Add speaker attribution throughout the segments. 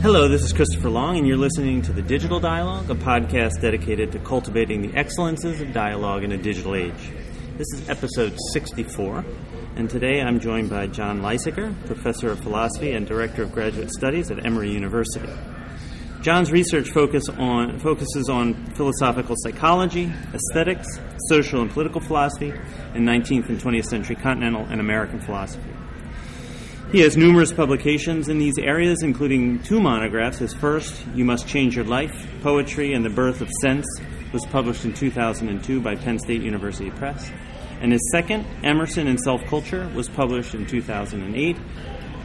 Speaker 1: Hello, this is Christopher Long, and you're listening to The Digital Dialogue, a podcast dedicated to cultivating the excellences of dialogue in a digital age. This is episode 64, and today I'm joined by John Lysicker, professor of philosophy and director of graduate studies at Emory University. John's research focus on, focuses on philosophical psychology, aesthetics, social and political philosophy, and 19th and 20th century continental and American philosophy. He has numerous publications in these areas, including two monographs. His first, You Must Change Your Life Poetry and the Birth of Sense, was published in 2002 by Penn State University Press. And his second, Emerson and Self Culture, was published in 2008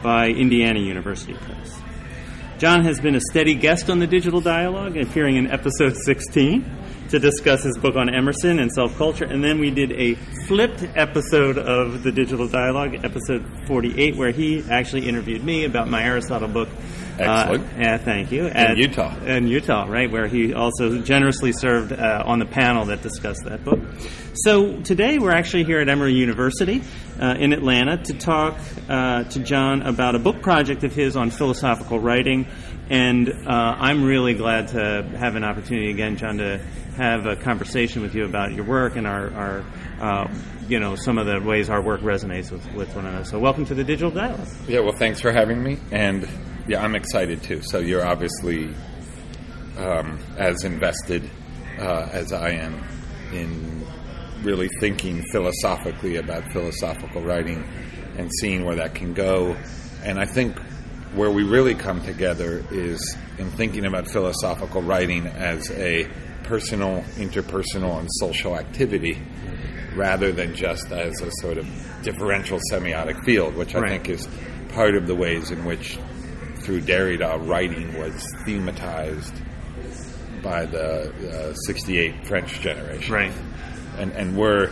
Speaker 1: by Indiana University Press. John has been a steady guest on the Digital Dialogue, appearing in episode 16 to discuss his book on Emerson and self culture. And then we did a flipped episode of the Digital Dialogue, episode 48, where he actually interviewed me about my Aristotle book.
Speaker 2: Excellent.
Speaker 1: Uh, yeah, thank you. In
Speaker 2: Utah.
Speaker 1: In Utah, right, where he also generously served uh, on the panel that discussed that book. So today we're actually here at Emory University uh, in Atlanta to talk uh, to John about a book project of his on philosophical writing. And uh, I'm really glad to have an opportunity again, John, to have a conversation with you about your work and our, our uh, you know, some of the ways our work resonates with, with one another. So welcome to the Digital Dialogue.
Speaker 2: Yeah, well, thanks for having me, and yeah, I'm excited too. So you're obviously um, as invested uh, as I am in really thinking philosophically about philosophical writing and seeing where that can go. And I think where we really come together is in thinking about philosophical writing as a personal, interpersonal, and social activity rather than just as a sort of differential semiotic field, which I
Speaker 1: Right.
Speaker 2: think is part of the ways in which through Derrida writing was thematized by the uh, 68 French generation and, and we're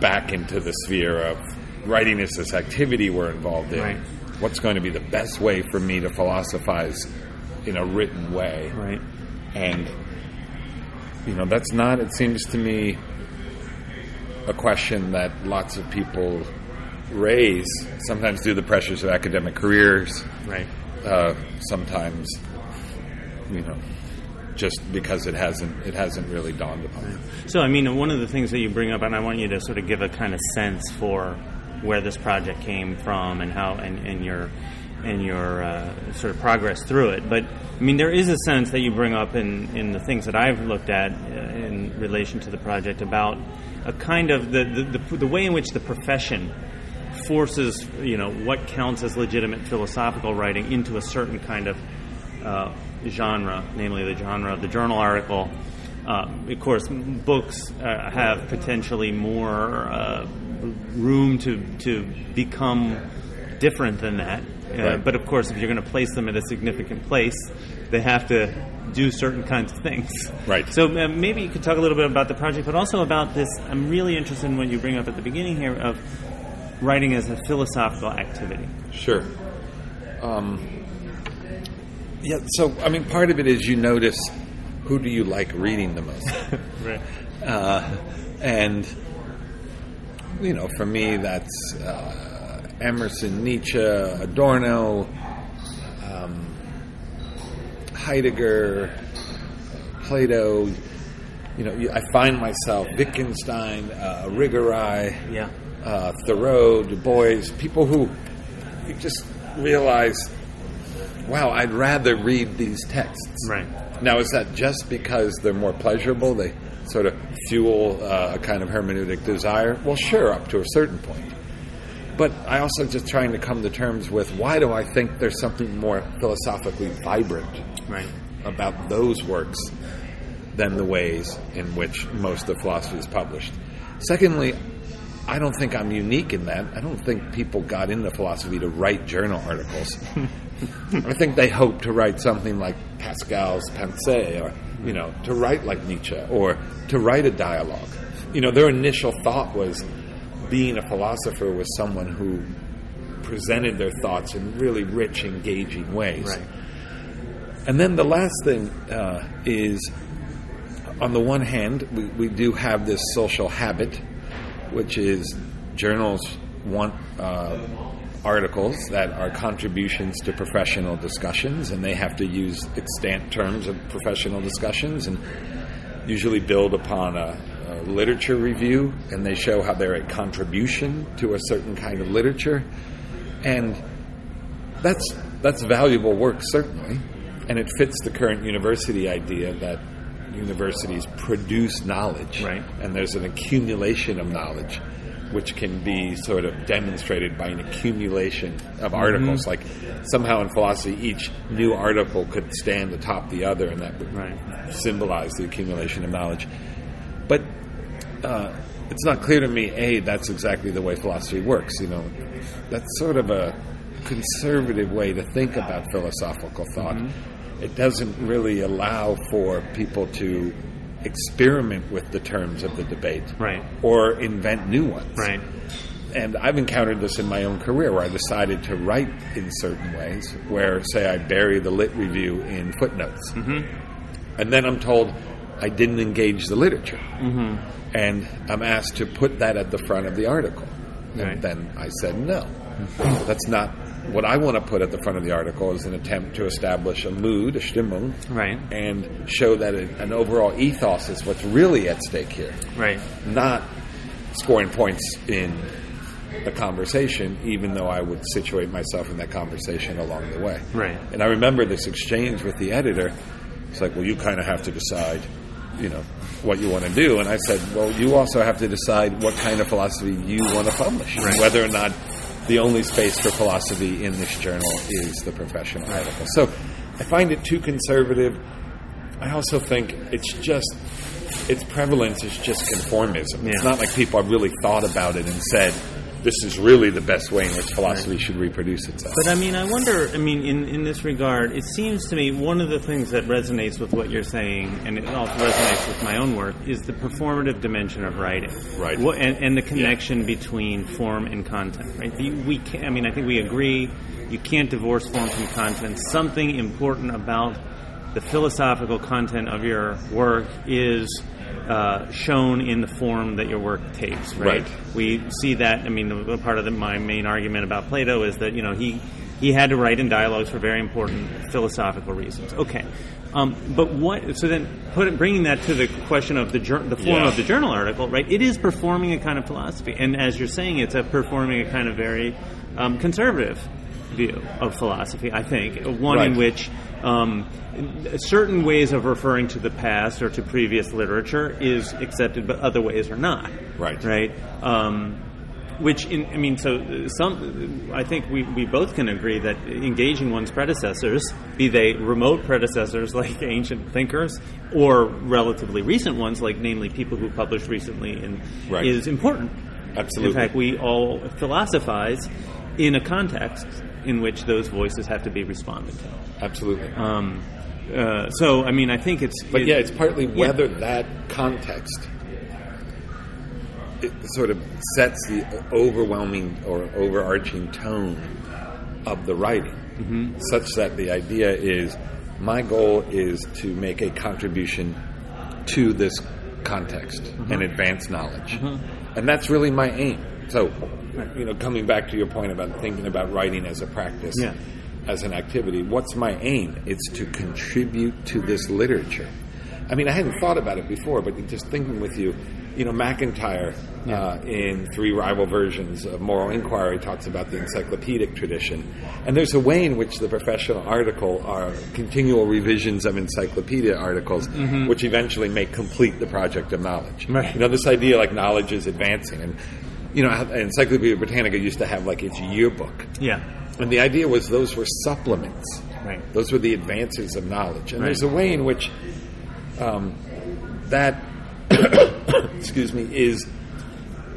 Speaker 2: back into the sphere of writing is this activity we're involved in.
Speaker 1: Right.
Speaker 2: What's going to be the best way for me to philosophize in a written way?
Speaker 1: Right.
Speaker 2: And, you know, that's not, it seems to me, a question that lots of people raise, sometimes due to the pressures of academic careers,
Speaker 1: Right.
Speaker 2: uh, sometimes, you know, just because it hasn't, it hasn't really dawned upon them.
Speaker 1: So, I mean, one of the things that you bring up, and I want you to sort of give a kind of sense for where this project came from and how, and, and your, and your uh, sort of progress through it. But I mean, there is a sense that you bring up in in the things that I've looked at uh, in relation to the project about a kind of the the, the, the way in which the profession forces you know what counts as legitimate philosophical writing into a certain kind of uh, genre, namely the genre of the journal article. Uh, of course, m- books uh, have potentially more uh, room to to become different than that. Uh,
Speaker 2: Right.
Speaker 1: But of course, if you're going to place them at a significant place, they have to do certain kinds of things.
Speaker 2: Right.
Speaker 1: So uh, maybe you could talk a little bit about the project, but also about this. I'm really interested in what you bring up at the beginning here of writing as a philosophical activity.
Speaker 2: Sure. Um, yeah, so, I mean, part of it is you notice who do you like reading the most.
Speaker 1: Right.
Speaker 2: uh, and, you know, for me, that's uh, Emerson, Nietzsche, Adorno, um, Heidegger, Plato. You know, you- I find myself Wittgenstein, uh, Rigorai
Speaker 1: Yeah.
Speaker 2: uh, Thoreau, Du Bois, people who you just realize, wow, I'd rather read these texts.
Speaker 1: Right.
Speaker 2: Now, is that just because they're more pleasurable? They sort of fuel uh, a kind of hermeneutic desire? Well, sure, up to a certain point. But I also just trying to come to terms with why do I think there's something more philosophically vibrant
Speaker 1: Right.
Speaker 2: about those works than the ways in which most of philosophy is published. Secondly, I don't think I'm unique in that. I don't think people got into philosophy to write journal articles. I think they hoped to write something like Pascal's Pensée or, you know, to write like Nietzsche or to write a dialogue. You know, their initial thought was being a philosopher was someone who presented their thoughts in really rich, engaging ways.
Speaker 1: Right.
Speaker 2: And then the last thing uh, is, on the one hand, we, we do have this social habit, which is journals want uh, articles that are contributions to professional discussions, and they have to use extant terms of professional discussions and usually build upon a, a literature review, and they show how they're a contribution to a certain kind of literature, and that's that's valuable work certainly, and it fits the current university idea that universities produce knowledge,
Speaker 1: Right.
Speaker 2: and there's an accumulation of knowledge, which can be sort of demonstrated by an accumulation of articles. Like somehow in philosophy, each new article could stand atop the other, and that would
Speaker 1: Right.
Speaker 2: symbolize the accumulation of knowledge. But uh, it's not clear to me, A, that's exactly the way philosophy works. You know, that's sort of a conservative way to think about philosophical thought.
Speaker 1: Mm-hmm.
Speaker 2: It doesn't really allow for people to experiment with the terms of the debate
Speaker 1: Right.
Speaker 2: or invent new ones
Speaker 1: Right.
Speaker 2: and I've encountered this in my own career where I decided to write in certain ways, where, say, I bury the lit review in footnotes.
Speaker 1: Mm-hmm.
Speaker 2: And then I'm told I didn't engage the literature.
Speaker 1: Mm-hmm.
Speaker 2: And I'm asked to put that at the front of the article. And
Speaker 1: Right. Mm-hmm.
Speaker 2: then I said no. That's not what I want to put at the front of the article is an attempt to establish a mood, a Stimmung,
Speaker 1: Right.
Speaker 2: and show that a, an overall ethos is what's really at stake here
Speaker 1: Right.
Speaker 2: not scoring points in the conversation, even though I would situate myself in that conversation along the way.
Speaker 1: Right.
Speaker 2: And I remember this exchange with the editor. It's like, well, you kind of have to decide, you know, what you want to do. And I said, well, you also have to decide what kind of philosophy you want to publish, and whether or not the only space for philosophy in this journal is the professional article. So I find it too conservative. I also think it's just its prevalence is just conformism.
Speaker 1: Yeah.
Speaker 2: It's not like people have really thought about it and said, this is really the best way in which philosophy should reproduce itself.
Speaker 1: But I mean, I wonder. I mean, in, in this regard, it seems to me one of the things that resonates with what you're saying, and it also resonates with my own work, is the performative dimension of writing,
Speaker 2: Right.
Speaker 1: Wha- and, and the connection between form and content, right? The, we, can, I mean, I think we agree you can't divorce form from content. Something important about the philosophical content of your work is uh, shown in the form that your work takes,
Speaker 2: Right.
Speaker 1: we see that. I mean, the- part of the, my main argument about Plato is that you know he he had to write in dialogues for very important philosophical reasons. Okay, um, but what? So then, put it, bringing that to the question of the jour- the form
Speaker 2: Yeah.
Speaker 1: of the journal article, right? It is performing a kind of philosophy, and as you're saying, it's a performing a kind of very um, conservative view of philosophy. I think one in
Speaker 2: Right.
Speaker 1: which which um, certain ways of referring to the past or to previous literature is accepted, but other ways are not.
Speaker 2: Right.
Speaker 1: Right. Um, which in, I mean, so uh, some. I think we, we both can agree that engaging one's predecessors, be they remote predecessors like ancient thinkers or relatively recent ones, like namely people who published recently, in,
Speaker 2: Right.
Speaker 1: is important.
Speaker 2: Absolutely.
Speaker 1: In fact, we all philosophize in a context in which those voices have to be responded to.
Speaker 2: Absolutely.
Speaker 1: Um, uh, so, I mean, I think it's.
Speaker 2: But
Speaker 1: it-
Speaker 2: yeah, it's partly whether that context it sort of sets the overwhelming or overarching tone of the writing, such that the idea is my goal is to make a contribution to this context and advance knowledge. And that's really my aim. So, you know, coming back to your point about thinking about writing as a practice,
Speaker 1: Yeah.
Speaker 2: as an activity, what's my aim? It's to contribute to this literature. I mean, I hadn't thought about it before, but just thinking with you, you know, McIntyre uh, in three rival versions of Moral Inquiry talks about the encyclopedic tradition. And there's a way in which the professional article are continual revisions of encyclopedia articles, which eventually make complete the project of knowledge.
Speaker 1: Right.
Speaker 2: You know, this idea like knowledge is advancing. And, you know, Encyclopedia Britannica used to have like its yearbook.
Speaker 1: Yeah.
Speaker 2: And the idea was those were supplements.
Speaker 1: Right.
Speaker 2: Those were the advances of knowledge. And
Speaker 1: Right.
Speaker 2: there's a way in which um, that, excuse me, is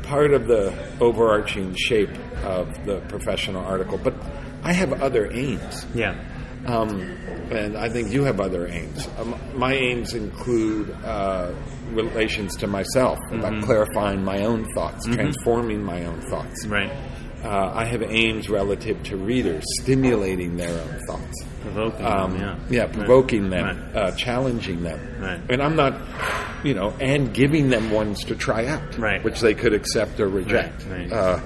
Speaker 2: part of the overarching shape of the professional article. But I have other aims.
Speaker 1: Yeah.
Speaker 2: Um, and I think you have other aims. Um, my aims include uh, relations to myself,
Speaker 1: Mm-hmm.
Speaker 2: about clarifying my own thoughts, transforming my own thoughts.
Speaker 1: Right.
Speaker 2: Uh, I have aims relative to readers, stimulating their own thoughts.
Speaker 1: Provoking.
Speaker 2: Um,
Speaker 1: yeah.
Speaker 2: provoking
Speaker 1: Right.
Speaker 2: them, uh, challenging them.
Speaker 1: Right.
Speaker 2: And I'm not, you know, and giving them ones to try out,
Speaker 1: Right.
Speaker 2: which they could accept or reject.
Speaker 1: Right, right.
Speaker 2: Uh,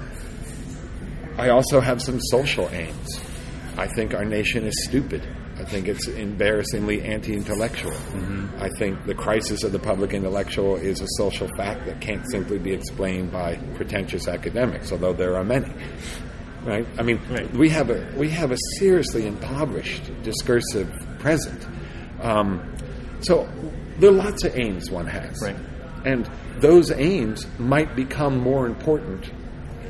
Speaker 2: I also have some social aims. I think our nation is stupid. I think it's embarrassingly anti intellectual.
Speaker 1: Mm-hmm.
Speaker 2: I think the crisis of the public intellectual is a social fact that can't simply be explained by pretentious academics, although there are many. Right? I mean,
Speaker 1: Right.
Speaker 2: we have a we have a seriously impoverished discursive present. Um, so there are lots of aims one has,
Speaker 1: Right.
Speaker 2: and those aims might become more important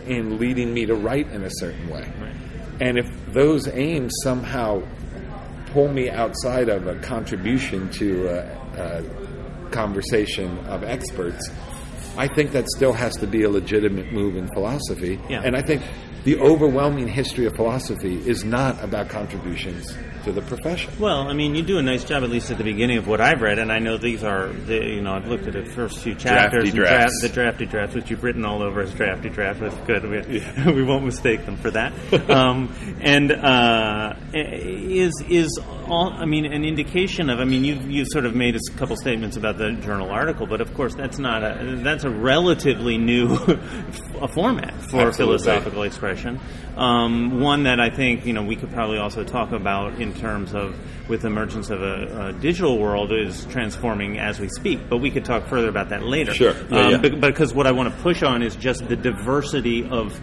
Speaker 2: in leading me to write in a certain way. And if those aims somehow pull me outside of a contribution to a, a conversation of experts, I think that still has to be a legitimate move in philosophy.
Speaker 1: Yeah.
Speaker 2: And I think the overwhelming history of philosophy is not about contributions to the profession.
Speaker 1: Well, I mean, you do a nice job, at least at the beginning of what I've read, and I know these are, the, you know, I've looked at the first few chapters,
Speaker 2: Drafty
Speaker 1: and
Speaker 2: drafts.
Speaker 1: the drafty drafts, which you've written all over as drafty draft. That's good. We, we won't mistake them for that. um, and uh, is is all? I mean, an indication of. I mean, you you sort of made a s- couple statements about the journal article, but of course, that's not a that's a relatively new a format for
Speaker 2: Absolutely.
Speaker 1: philosophical political expression. Um, one that I think you know we could probably also talk about in terms of with the emergence of a, a digital world is transforming as we speak. But we could talk further about that later.
Speaker 2: Sure. Yeah,
Speaker 1: um,
Speaker 2: yeah.
Speaker 1: bec- because what I want to push on is just the diversity of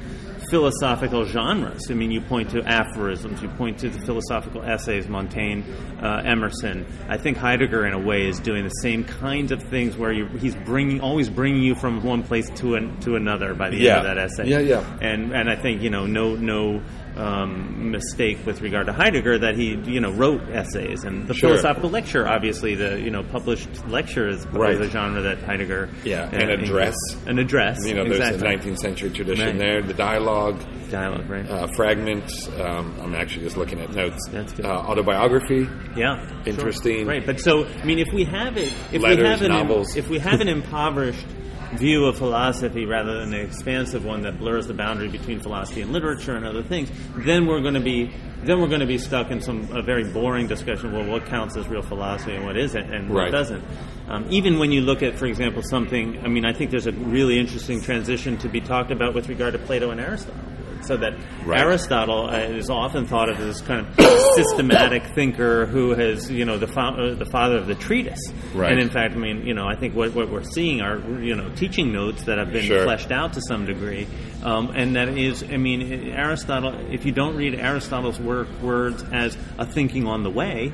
Speaker 1: philosophical genres. I mean, you point to aphorisms, you point to the philosophical essays, Montaigne, uh, Emerson. I think Heidegger, in a way, is doing the same kinds of things where you, he's bringing, always bringing you from one place to an, to another by the end
Speaker 2: Yeah.
Speaker 1: of that essay.
Speaker 2: Yeah, yeah.
Speaker 1: And and I think you know no no um, mistake with regard to Heidegger that he you know wrote essays and the
Speaker 2: Sure.
Speaker 1: philosophical lecture obviously the you know published lecture is probably
Speaker 2: Right.
Speaker 1: the genre that Heidegger
Speaker 2: Yeah, an address.
Speaker 1: an address
Speaker 2: You know, there's
Speaker 1: exactly.
Speaker 2: a 19th century tradition
Speaker 1: Right.
Speaker 2: there, the dialogue,
Speaker 1: dialogue right
Speaker 2: uh, fragments. Um, I'm actually just looking at notes.
Speaker 1: That's good.
Speaker 2: Uh, autobiography.
Speaker 1: yeah sure.
Speaker 2: interesting.
Speaker 1: right but so I mean if we have it if we
Speaker 2: Letters,
Speaker 1: have an
Speaker 2: novels.
Speaker 1: if we have an impoverished view of philosophy rather than an expansive one that blurs the boundary between philosophy and literature and other things, then we're going to be then we're going to be stuck in some a very boring discussion. Well, what counts as real philosophy and what isn't, and what
Speaker 2: Right.
Speaker 1: doesn't. Um, even when you look at, for example, something. I mean, I think there's a really interesting transition to be talked about with regard to Plato and Aristotle. So that
Speaker 2: Right.
Speaker 1: Aristotle uh, is often thought of as this kind of systematic thinker who has, you know, the, fa- uh, the father of the treatise.
Speaker 2: Right.
Speaker 1: And in fact, I mean, you know, I think what, what we're seeing are, you know, teaching notes that have been
Speaker 2: Sure.
Speaker 1: fleshed out to some degree. Um, and that is, I mean, Aristotle, if you don't read Aristotle's work, words as a thinking on the way,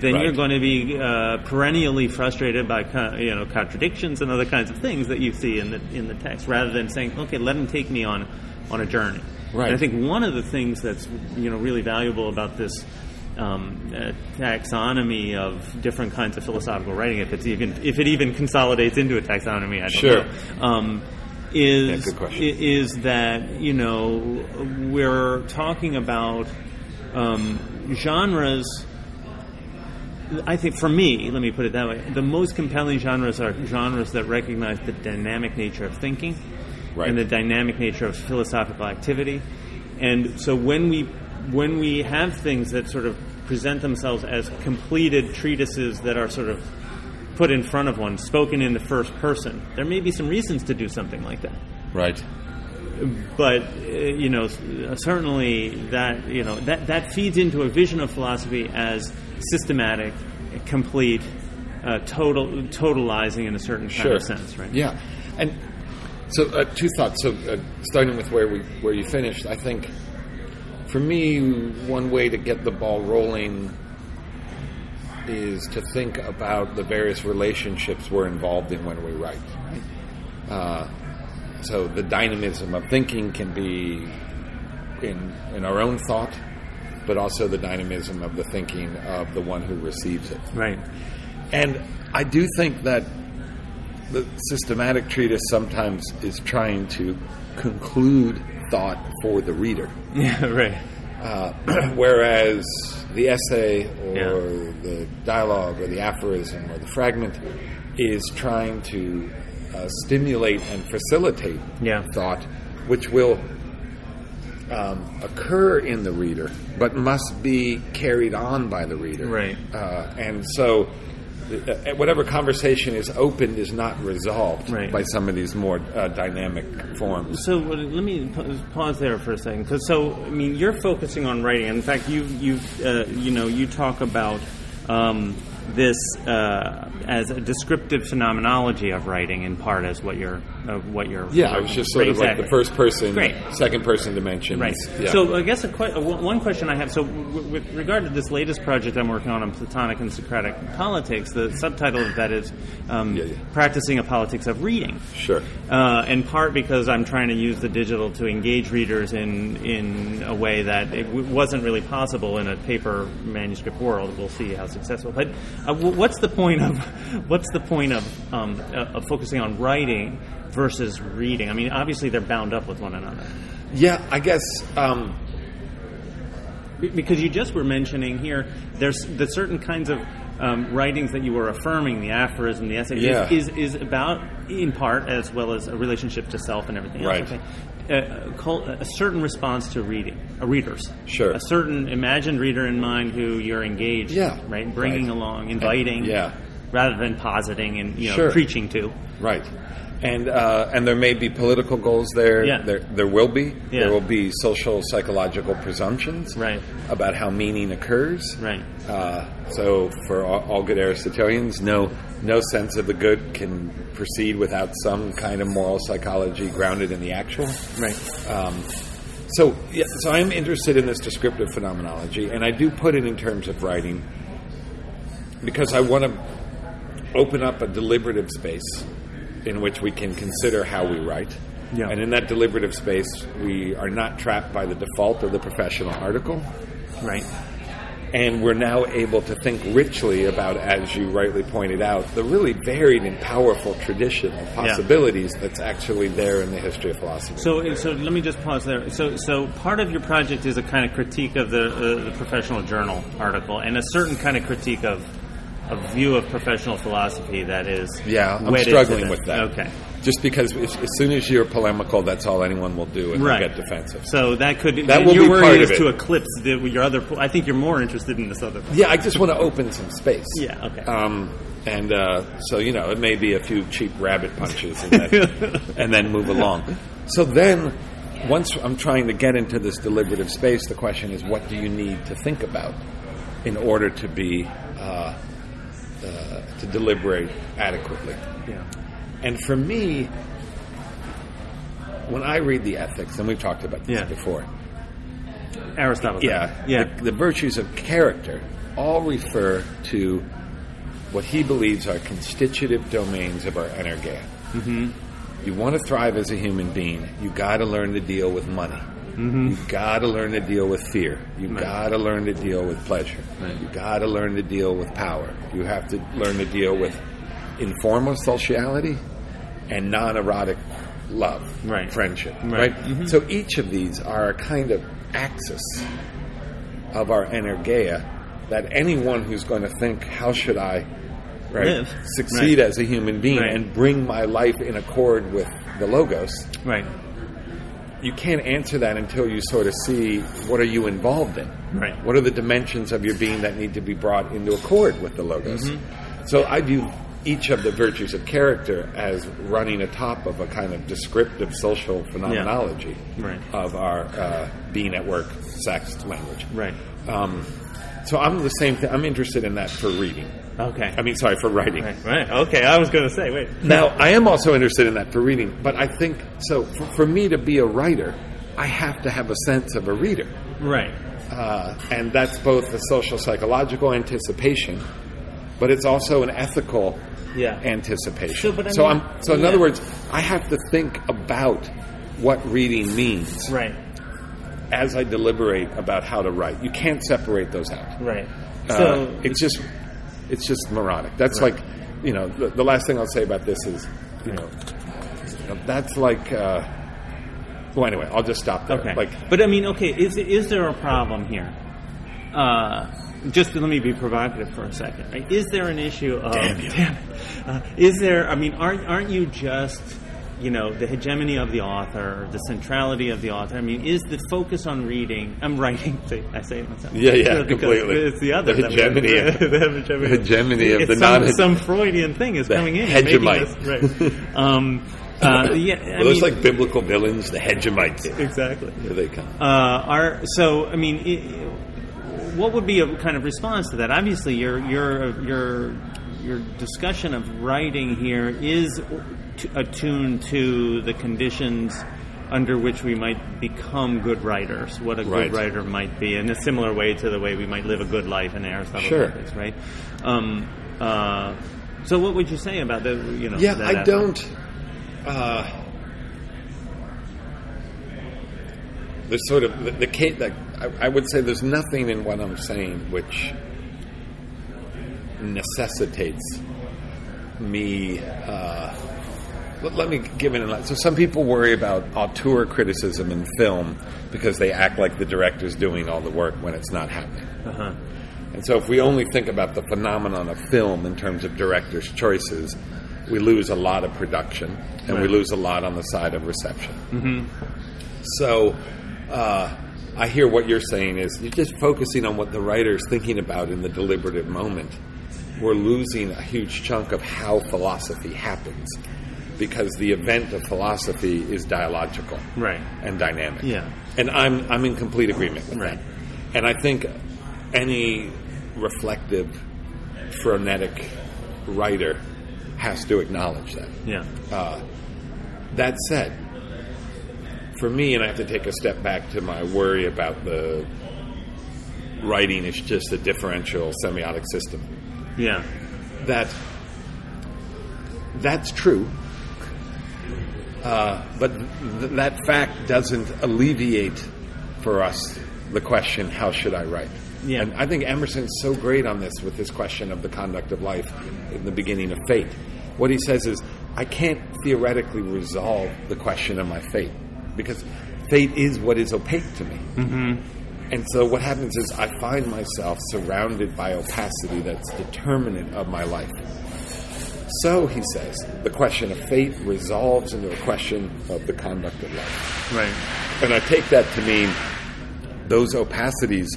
Speaker 1: then
Speaker 2: Right.
Speaker 1: you're going to be uh, perennially frustrated by co- you know contradictions and other kinds of things that you see in the in the text, rather than saying, "Okay, let him take me on on a journey."
Speaker 2: Right.
Speaker 1: And I think one of the things that's you know really valuable about this um, uh, taxonomy of different kinds of philosophical writing, if it's even if it even consolidates into a taxonomy, I don't
Speaker 2: Sure.
Speaker 1: know, um, is
Speaker 2: Yeah, good question.
Speaker 1: i- is that you know we're talking about um, genres. I think for me, let me put it that way, the most compelling genres are genres that recognize the dynamic nature of thinking
Speaker 2: Right.
Speaker 1: and the dynamic nature of philosophical activity. And so when we when we have things that sort of present themselves as completed treatises that are sort of put in front of one, spoken in the first person, there may be some reasons to do something like that
Speaker 2: Right.
Speaker 1: but uh, you know s- uh, certainly that you know that that feeds into a vision of philosophy as systematic complete uh, total totalizing in a certain kind of sense right
Speaker 2: Yeah, and so uh, two thoughts. So uh, starting with where we where you finished, I think for me one way to get the ball rolling is to think about the various relationships we're involved in when we write. Uh, so the dynamism of thinking can be in in our own thought, but also the dynamism of the thinking of the one who receives it.
Speaker 1: right
Speaker 2: And I do think that the systematic treatise sometimes is trying to conclude thought for the reader,
Speaker 1: yeah right
Speaker 2: uh, whereas the essay or
Speaker 1: Yeah.
Speaker 2: the dialogue or the aphorism or the fragment is trying to uh, stimulate and facilitate
Speaker 1: Yeah.
Speaker 2: thought, which will um, occur in the reader, but must be carried on by the reader.
Speaker 1: Right.
Speaker 2: Uh, and so uh, whatever conversation is opened is not resolved
Speaker 1: Right.
Speaker 2: by some of these more uh, dynamic forms.
Speaker 1: So what- let me pa- pause there for a second, because so I mean you're focusing on writing. In fact, you you uh, you know you talk about um, this uh, as a descriptive phenomenology of writing, in part as what you're uh, what you're.
Speaker 2: Yeah, I was just sort of like
Speaker 1: Exactly.
Speaker 2: the first person,
Speaker 1: Great.
Speaker 2: second person dimensions.
Speaker 1: Right.
Speaker 2: Yeah.
Speaker 1: So I guess a que- uh, one one question I have. So w- with regard to this latest project I'm working on on Platonic and Socratic politics, the subtitle of that is um,
Speaker 2: Yeah, yeah.
Speaker 1: practicing a politics of reading.
Speaker 2: sure.
Speaker 1: Uh, in part because I'm trying to use the digital to engage readers in in a way that it w- wasn't really possible in a paper manuscript world. We'll see how successful. But uh, w- what's the point of what's the point of um, uh, of focusing on writing versus reading? I mean, obviously they're bound up with one another.
Speaker 2: Yeah, I guess. Um,
Speaker 1: Be- Because you just were mentioning here, there's the certain kinds of um, writings that you were affirming, the aphorism, the essay,
Speaker 2: Yeah.
Speaker 1: is, is is about in part as well as a relationship to self and everything
Speaker 2: Right.
Speaker 1: else. okay, Uh, col- a certain response to reading, a reader's.
Speaker 2: Sure.
Speaker 1: A certain imagined reader in mind who you're engaged,
Speaker 2: Yeah.
Speaker 1: right, bringing
Speaker 2: Right.
Speaker 1: along, inviting,
Speaker 2: Yeah.
Speaker 1: rather than positing and you know
Speaker 2: Sure.
Speaker 1: preaching to.
Speaker 2: Right. And uh, and there may be political goals there.
Speaker 1: Yeah.
Speaker 2: There, there will be.
Speaker 1: Yeah.
Speaker 2: There will be social psychological presumptions
Speaker 1: Right.
Speaker 2: about how meaning occurs.
Speaker 1: Right.
Speaker 2: Uh, so for all, all good Aristotelians, no no sense of the good can proceed without some kind of moral psychology grounded in the actual.
Speaker 1: Right.
Speaker 2: Um, so, yeah, so I'm interested in this descriptive phenomenology, and I do put it in terms of writing because I want to open up a deliberative space in which we can consider how we write.
Speaker 1: Yeah.
Speaker 2: And in that deliberative space, we are not trapped by the default of the professional article,
Speaker 1: Right.
Speaker 2: and we're now able to think richly about, as you rightly pointed out, the really varied and powerful tradition of possibilities that's actually there in the history of philosophy.
Speaker 1: So, so let me just pause there. So, so part of your project is a kind of critique of the, uh, the professional journal article, and a certain kind of critique of a view of professional philosophy that is
Speaker 2: Yeah, I'm
Speaker 1: wedded to
Speaker 2: struggling with that.
Speaker 1: Okay,
Speaker 2: Just because if, as soon as you're polemical, that's all anyone will do and they'll
Speaker 1: right.
Speaker 2: get defensive.
Speaker 1: So that could
Speaker 2: That will
Speaker 1: your
Speaker 2: be
Speaker 1: worry
Speaker 2: part
Speaker 1: is
Speaker 2: of
Speaker 1: to
Speaker 2: it.
Speaker 1: eclipse the, your other. po- I think you're more interested in this other.
Speaker 2: Yeah, I just want to open some space.
Speaker 1: Yeah, okay.
Speaker 2: Um, and uh, so, you know, it may be a few cheap rabbit punches and then, and then move along. So then, once I'm trying to get into this deliberative space, the question is what do you need to think about in order to be, uh, uh, to deliberate adequately?
Speaker 1: Yeah.
Speaker 2: And for me, when I read the ethics, and we've talked about this
Speaker 1: Yeah.
Speaker 2: before,
Speaker 1: Aristotle.
Speaker 2: yeah,
Speaker 1: yeah,
Speaker 2: The, the virtues of character all refer to what he believes are constitutive domains of our energia. Mm-hmm. You want to thrive as a human being, you got to learn to deal with money.
Speaker 1: Mm-hmm.
Speaker 2: You got to learn to deal with fear. You got to learn to deal with pleasure. You got to learn to deal with power. You have to learn to deal with informal sociality and non-erotic love,
Speaker 1: Right.
Speaker 2: friendship,
Speaker 1: Right. Mm-hmm.
Speaker 2: right? So each of these are a kind of axis of our energeia that anyone who's going to think, how should I right,
Speaker 1: Live.
Speaker 2: succeed
Speaker 1: Right.
Speaker 2: as a human being
Speaker 1: Right.
Speaker 2: and bring my life in accord with the logos,
Speaker 1: right,
Speaker 2: you can't answer that until you sort of see what are you involved in.
Speaker 1: Right.
Speaker 2: What are the dimensions of your being that need to be brought into accord with the logos?
Speaker 1: Mm-hmm.
Speaker 2: So I view each of the virtues of character as running atop of a kind of descriptive social phenomenology
Speaker 1: Right.
Speaker 2: of our uh, being at work, sex, language.
Speaker 1: right.
Speaker 2: Um, so I'm the same thing. I'm interested in that for reading.
Speaker 1: Okay.
Speaker 2: I mean, sorry, for writing.
Speaker 1: right, right. Okay. I was going to say. Wait.
Speaker 2: Now, I am also interested in that for reading, but I think so. For, for me to be a writer, I have to have a sense of a reader,
Speaker 1: Right.
Speaker 2: uh, and that's both a social psychological anticipation, but it's also an ethical
Speaker 1: Yeah.
Speaker 2: anticipation.
Speaker 1: So, but I
Speaker 2: so
Speaker 1: mean-
Speaker 2: I'm so in other
Speaker 1: yeah.
Speaker 2: words, I have to think about what reading means
Speaker 1: Right.
Speaker 2: as I deliberate about how to write. You can't separate those out.
Speaker 1: Right.
Speaker 2: So
Speaker 1: So
Speaker 2: it's Uh, just it's just moronic. That's like you know the, the last thing I'll say about this is you know that's like uh, well anyway I'll just stop there.
Speaker 1: Okay.
Speaker 2: Like
Speaker 1: but I mean, okay, is is there a problem here? Uh, just let me be provocative for a second. Right? Is there an issue of?
Speaker 2: Damn you.
Speaker 1: it. Uh, is there? I mean, aren't aren't you just you know, the hegemony of the author, the centrality of the author. I mean, is the focus on reading, I'm writing, I say it myself.
Speaker 2: Yeah, yeah,
Speaker 1: Because
Speaker 2: completely.
Speaker 1: It's the other.
Speaker 2: The
Speaker 1: that-
Speaker 2: hegemony of-
Speaker 1: the hegemony,
Speaker 2: hegemony of
Speaker 1: It's
Speaker 2: the
Speaker 1: some,
Speaker 2: non-
Speaker 1: Some Freudian thing is
Speaker 2: the
Speaker 1: coming in. and making
Speaker 2: hegemite.
Speaker 1: us- Right. Um, uh, yeah, I
Speaker 2: Those
Speaker 1: mean,
Speaker 2: like biblical villains, the Hedgemites.
Speaker 1: exactly.
Speaker 2: Here they come.
Speaker 1: Uh, are, so, I mean, i what would be a kind of response to that? Obviously, your your your your discussion of writing here is t- attuned to the conditions under which we might become good writers. What a
Speaker 2: Right.
Speaker 1: good writer might be, in a similar way to the way we might live a good life in Aristotle's
Speaker 2: Sure.
Speaker 1: ethics, right? Um, uh, so, what would you say about the you know?
Speaker 2: Yeah,
Speaker 1: that
Speaker 2: I
Speaker 1: effort?
Speaker 2: don't. Uh, there's sort of the, the, ca- the I, I would say there's nothing in what I'm saying which necessitates me. Uh, let, let me give it an. So some people worry about auteur criticism in film because they act like the director's doing all the work when it's not happening.
Speaker 1: Uh-huh.
Speaker 2: And so, if we only think about the phenomenon of film in terms of directors' choices, we lose a lot of production and we
Speaker 1: Right.
Speaker 2: lose a lot on the side of reception. Mm-hmm. So, uh, I hear what you're saying is you're just focusing on what the writer is thinking about in the deliberative moment. We're losing a huge chunk of how philosophy happens because the event of philosophy is dialogical
Speaker 1: Right.
Speaker 2: and dynamic.
Speaker 1: Yeah.
Speaker 2: And I'm I'm in complete agreement with
Speaker 1: Right.
Speaker 2: that. And I think any reflective, frenetic writer has to acknowledge that.
Speaker 1: Yeah.
Speaker 2: That said, for me, and I have to take a step back to my worry about the writing is just a differential semiotic system.
Speaker 1: Yeah.
Speaker 2: that that's true. Uh, but th- that fact doesn't alleviate for us the question, how should I write?
Speaker 1: Yeah.
Speaker 2: And I think Emerson's so great on this with this question of the conduct of life in the beginning of fate. What he says is, I can't theoretically resolve the question of my fate because fate is what is opaque to me. And so what happens is I find myself surrounded by opacity that's determinant of my life. So, he says, the question of fate resolves into a question of the conduct of life.
Speaker 1: Right.
Speaker 2: And I take that to mean those opacities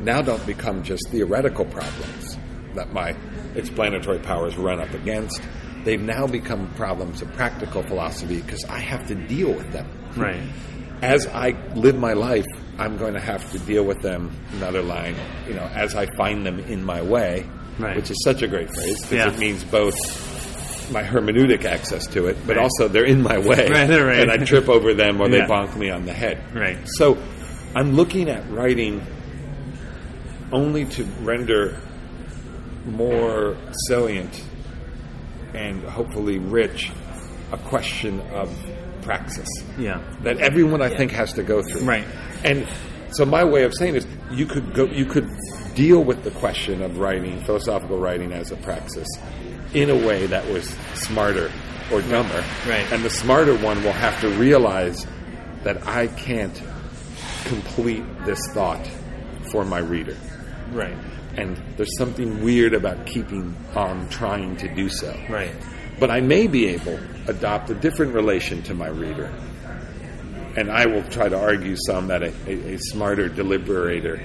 Speaker 2: now don't become just theoretical problems that my explanatory powers run up against. They've now become problems of practical philosophy because I have to deal with them.
Speaker 1: Right.
Speaker 2: As I live my life, I'm going to have to deal with them, another line, you know, as I find them in my way,
Speaker 1: Right.
Speaker 2: which is such a great phrase because
Speaker 1: Yeah.
Speaker 2: it means both my hermeneutic access to it, but also they're in my way.
Speaker 1: Right, right, right.
Speaker 2: And I trip over them or they
Speaker 1: Yeah.
Speaker 2: bonk me on the head.
Speaker 1: Right.
Speaker 2: So I'm looking at writing only to render more salient and hopefully rich a question of praxis
Speaker 1: Yeah.
Speaker 2: that everyone I think has to go through.
Speaker 1: Right.
Speaker 2: And so my way of saying is you could go you could deal with the question of writing, philosophical writing as a praxis in a way that was smarter or dumber.
Speaker 1: Right.
Speaker 2: And the smarter one will have to realize that I can't complete this thought for my reader.
Speaker 1: Right.
Speaker 2: And there's something weird about keeping on trying to do so
Speaker 1: Right.
Speaker 2: but I may be able adopt a different relation to my reader. And I will try to argue some that a, a, a smarter deliberator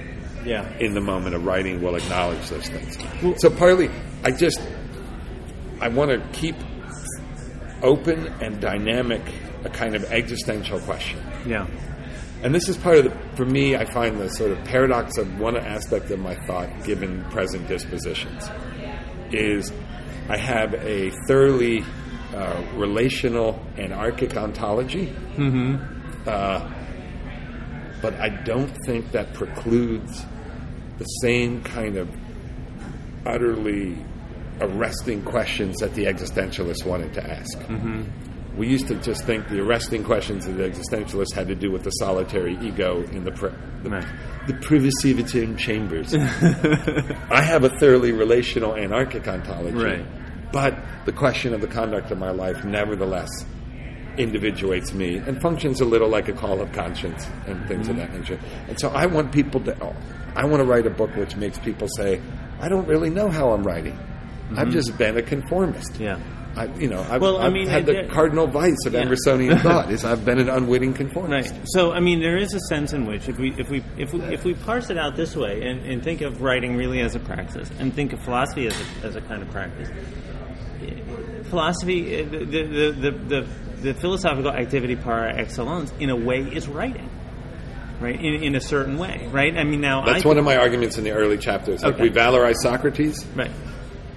Speaker 1: Yeah.
Speaker 2: in the moment of writing will acknowledge those things. So partly, I just I want to keep open and dynamic a kind of existential question.
Speaker 1: Yeah.
Speaker 2: And this is part of the, for me, I find the sort of paradox of one aspect of my thought, given present dispositions, is I have a thoroughly uh, relational anarchic ontology, mm-hmm. uh, but I don't think that precludes the same kind of utterly arresting questions that the existentialists wanted to ask. We used to just think the arresting questions of the existentialists had to do with the solitary ego in the pri- the,
Speaker 1: Right.
Speaker 2: the privacy of its own chambers. I have a thoroughly relational anarchic ontology,
Speaker 1: Right.
Speaker 2: but the question of the conduct of my life nevertheless individuates me and functions a little like a call of conscience and things of
Speaker 1: Mm-hmm.
Speaker 2: that nature. And so I want people to, oh, I want to write a book which makes people say, I don't really know how I'm writing. I've just been a conformist.
Speaker 1: Yeah.
Speaker 2: I, you know, I've,
Speaker 1: Mm-hmm. Well, I
Speaker 2: I've
Speaker 1: mean,
Speaker 2: had the
Speaker 1: it-
Speaker 2: cardinal vice of
Speaker 1: Yeah.
Speaker 2: Emersonian thought is I've been an unwitting conformist.
Speaker 1: Right. So, I mean, there is a sense in which if we if we if we, if we parse it out this way and, and think of writing really as a practice and think of philosophy as a, as a kind of practice, philosophy, uh, the the, the, the, the philosophical activity par excellence, in a way, is writing, right? In, in a certain way, right? I mean, now
Speaker 2: That's
Speaker 1: I,
Speaker 2: one of my arguments in the early chapters. Like
Speaker 1: Okay.
Speaker 2: we valorize Socrates
Speaker 1: right.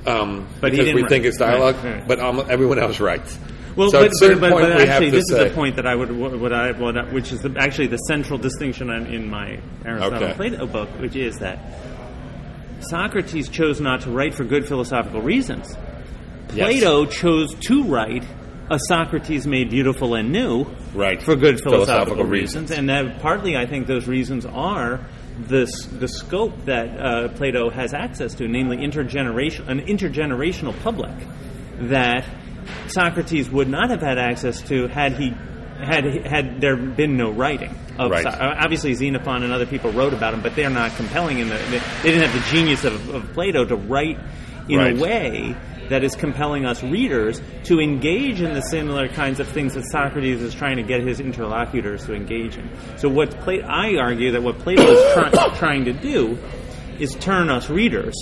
Speaker 2: um,
Speaker 1: But he
Speaker 2: because
Speaker 1: didn't
Speaker 2: we
Speaker 1: write.
Speaker 2: think it's dialogue,
Speaker 1: Right, right.
Speaker 2: but almost everyone else writes.
Speaker 1: Well,
Speaker 2: so
Speaker 1: but,
Speaker 2: at a certain
Speaker 1: but, but,
Speaker 2: point
Speaker 1: but
Speaker 2: we have
Speaker 1: actually,
Speaker 2: to
Speaker 1: this
Speaker 2: say,
Speaker 1: is the point that I would what what I what I, which is the, actually the central distinction in, in my Aristotle
Speaker 2: Okay.
Speaker 1: and Plato book, which is that Socrates chose not to write for good philosophical reasons.
Speaker 2: Yes.
Speaker 1: Plato chose to write a Socrates made beautiful and new
Speaker 2: Right.
Speaker 1: for good philosophical,
Speaker 2: Philosophical
Speaker 1: reasons.
Speaker 2: reasons.
Speaker 1: and that partly I think those reasons are this the scope that uh, Plato has access to, namely intergeneration an intergenerational public that Socrates would not have had access to had he had had there been no writing of
Speaker 2: Right.
Speaker 1: So- uh, obviously Xenophon and other people wrote about him, but they're not compelling in the they, they didn't have the genius of, of Plato to write in
Speaker 2: Right.
Speaker 1: a way that is compelling us readers to engage in the similar kinds of things that Socrates is trying to get his interlocutors to engage in. So what Plato, I argue that what Plato is try, trying to do is turn us readers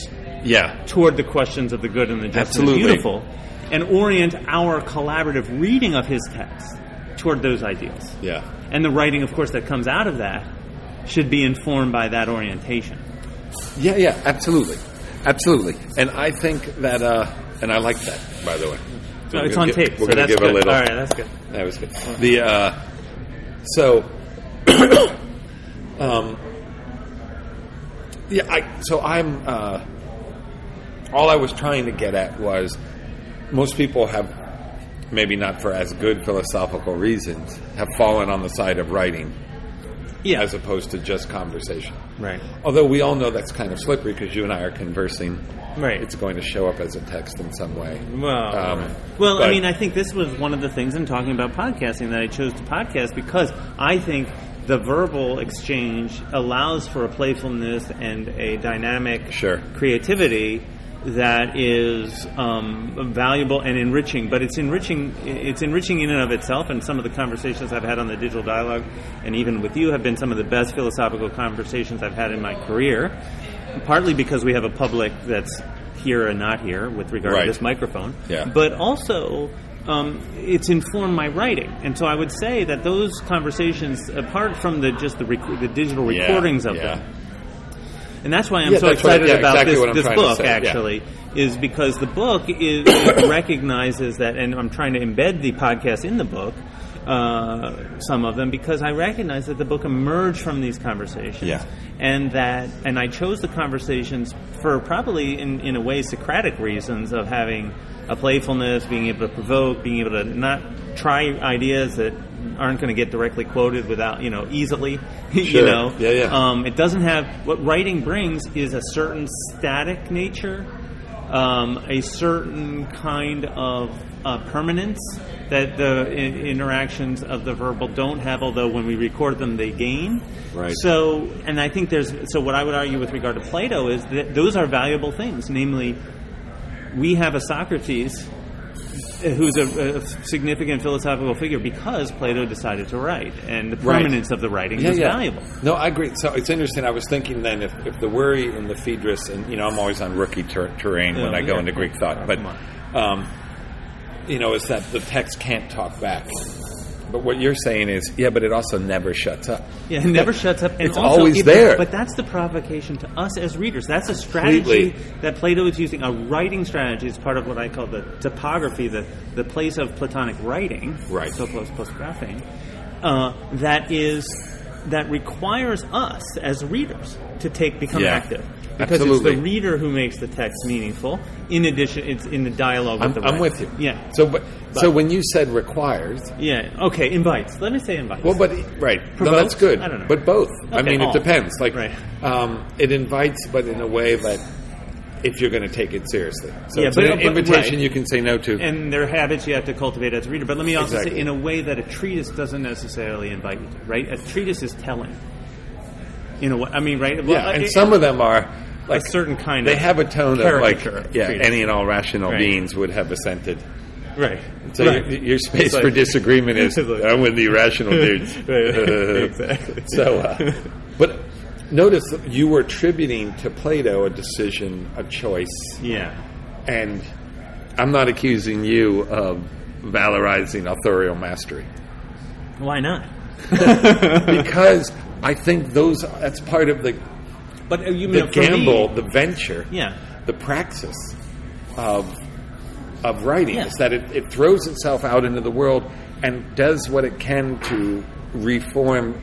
Speaker 2: yeah,
Speaker 1: toward the questions of the good and the just
Speaker 2: Absolutely.
Speaker 1: and the beautiful and orient our collaborative reading of his text toward those ideals.
Speaker 2: yeah.
Speaker 1: And the writing, of course, that comes out of that should be informed by that orientation.
Speaker 2: Yeah, yeah, absolutely, absolutely. And I think that, uh, and I like that, by the way.
Speaker 1: So
Speaker 2: We're
Speaker 1: Oh, it's
Speaker 2: gonna
Speaker 1: on
Speaker 2: gi-
Speaker 1: tape, so
Speaker 2: We're gonna
Speaker 1: that's
Speaker 2: give
Speaker 1: good.
Speaker 2: a little.
Speaker 1: All right, that's good.
Speaker 2: That was good. The uh, so, um, yeah. I so I'm. Uh, all I was trying to get at was most people have maybe not for as good philosophical reasons have fallen on the side of writing
Speaker 1: Yeah.
Speaker 2: as opposed to just conversation.
Speaker 1: right.
Speaker 2: Although we all know that's kind of slippery because you and I are conversing.
Speaker 1: Right.
Speaker 2: It's going to show up as a text in some way.
Speaker 1: Well,
Speaker 2: Um,
Speaker 1: well, I
Speaker 2: but-
Speaker 1: mean, I think this was one of the things I'm talking about podcasting that I chose to podcast because I think the verbal exchange allows for a playfulness and a dynamic
Speaker 2: Sure.
Speaker 1: creativity that is um, valuable and enriching. But it's enriching. It's enriching in and of itself. And some of the conversations I've had on the digital dialogue, and even with you, have been some of the best philosophical conversations I've had in my career. Partly because we have a public that's here and not here with regard
Speaker 2: Right.
Speaker 1: to this microphone.
Speaker 2: Yeah.
Speaker 1: But also. Um, it's informed my writing, and so I would say that those conversations, apart from the just the, rec- the digital
Speaker 2: Yeah,
Speaker 1: recordings of
Speaker 2: yeah.
Speaker 1: them, and that's why I'm
Speaker 2: Yeah,
Speaker 1: so
Speaker 2: that's what-
Speaker 1: excited
Speaker 2: yeah,
Speaker 1: about
Speaker 2: exactly what I'm
Speaker 1: this, this
Speaker 2: trying to
Speaker 1: book,
Speaker 2: say, yeah.
Speaker 1: actually, is because the book is, it recognizes that, and I'm trying to embed the podcast in the book, uh, some of them, because I recognize that the book emerged from these conversations.
Speaker 2: Yeah.
Speaker 1: And that, and I chose the conversations for probably, in, in a way, Socratic reasons of having a playfulness, being able to provoke, being able to not try ideas that aren't going to get directly quoted without, you know, easily, you
Speaker 2: Sure.
Speaker 1: know.
Speaker 2: Yeah, yeah.
Speaker 1: Um, it doesn't have what writing brings is a certain static nature, um, a certain kind of uh, permanence that the I- interactions of the verbal don't have. Although when we record them, they gain.
Speaker 2: Right.
Speaker 1: So, and I think there's so what I would argue with regard to Plato is that those are valuable things. Namely, we have a Socrates uh, who's a, a significant philosophical figure because Plato decided to write, and the
Speaker 2: Right.
Speaker 1: permanence of the writing is valuable.
Speaker 2: No, I agree. So it's interesting. I was thinking then if, if the worry and the Phaedrus, and you know, I'm always on rookie ter- terrain when
Speaker 1: Yeah,
Speaker 2: I go
Speaker 1: yeah.
Speaker 2: into Greek
Speaker 1: Oh,
Speaker 2: thought, but um, you know, is that the text can't talk back. But what you're saying is, yeah, but it also never shuts up.
Speaker 1: Yeah, it never shuts up. And
Speaker 2: It's
Speaker 1: also,
Speaker 2: always
Speaker 1: it-
Speaker 2: there.
Speaker 1: But that's the provocation to us as readers. That's a strategy
Speaker 2: Completely.
Speaker 1: that Plato is using, a writing strategy. It's part of what I call the topography, the, the place of Platonic writing.
Speaker 2: Right.
Speaker 1: So close, plus graphing. Uh, that is that requires us as readers to take become
Speaker 2: Yeah.
Speaker 1: active because
Speaker 2: Absolutely.
Speaker 1: it's the reader who makes the text meaningful. In addition, it's in the dialogue
Speaker 2: I'm,
Speaker 1: with the
Speaker 2: I'm
Speaker 1: writer.
Speaker 2: with you.
Speaker 1: Yeah.
Speaker 2: So, but, so when you said requires,
Speaker 1: Yeah. Okay. Invites. Let me say invites.
Speaker 2: Well, but right, no,
Speaker 1: Provoke?
Speaker 2: that's good.
Speaker 1: I don't know.
Speaker 2: But both. I
Speaker 1: Okay,
Speaker 2: mean,
Speaker 1: all.
Speaker 2: it depends. Like,
Speaker 1: Right.
Speaker 2: um, it invites, but in a way that if you're going to take it seriously, so
Speaker 1: Yeah,
Speaker 2: it's
Speaker 1: but-
Speaker 2: an
Speaker 1: but-
Speaker 2: invitation
Speaker 1: right.
Speaker 2: you can say no to.
Speaker 1: and there are habits you have to cultivate as a reader. But let me also
Speaker 2: Exactly.
Speaker 1: say, in a way that a treatise doesn't necessarily invite you to, right? A treatise is telling. You know what I mean, right? Well,
Speaker 2: yeah, and
Speaker 1: it-
Speaker 2: some of them are like
Speaker 1: certain kind
Speaker 2: They
Speaker 1: of
Speaker 2: have a tone of like,
Speaker 1: caricature of
Speaker 2: yeah,
Speaker 1: freedom.
Speaker 2: any and all rational
Speaker 1: Right.
Speaker 2: beings would have assented.
Speaker 1: Right.
Speaker 2: So
Speaker 1: right.
Speaker 2: your, your space
Speaker 1: It's like-
Speaker 2: for disagreement is
Speaker 1: It's like-
Speaker 2: I'm with the irrational dudes.
Speaker 1: Right, exactly.
Speaker 2: So, uh, but notice that you were attributing to Plato a decision, a choice,
Speaker 1: yeah.
Speaker 2: and I'm not accusing you of valorizing authorial mastery
Speaker 1: Why not?
Speaker 2: because I think those that's part of the
Speaker 1: But uh, you
Speaker 2: the
Speaker 1: mean for
Speaker 2: gamble,
Speaker 1: me-
Speaker 2: the venture,
Speaker 1: yeah.
Speaker 2: the praxis of of writing
Speaker 1: Yeah.
Speaker 2: is that it, it throws itself out into the world and does what it can to reform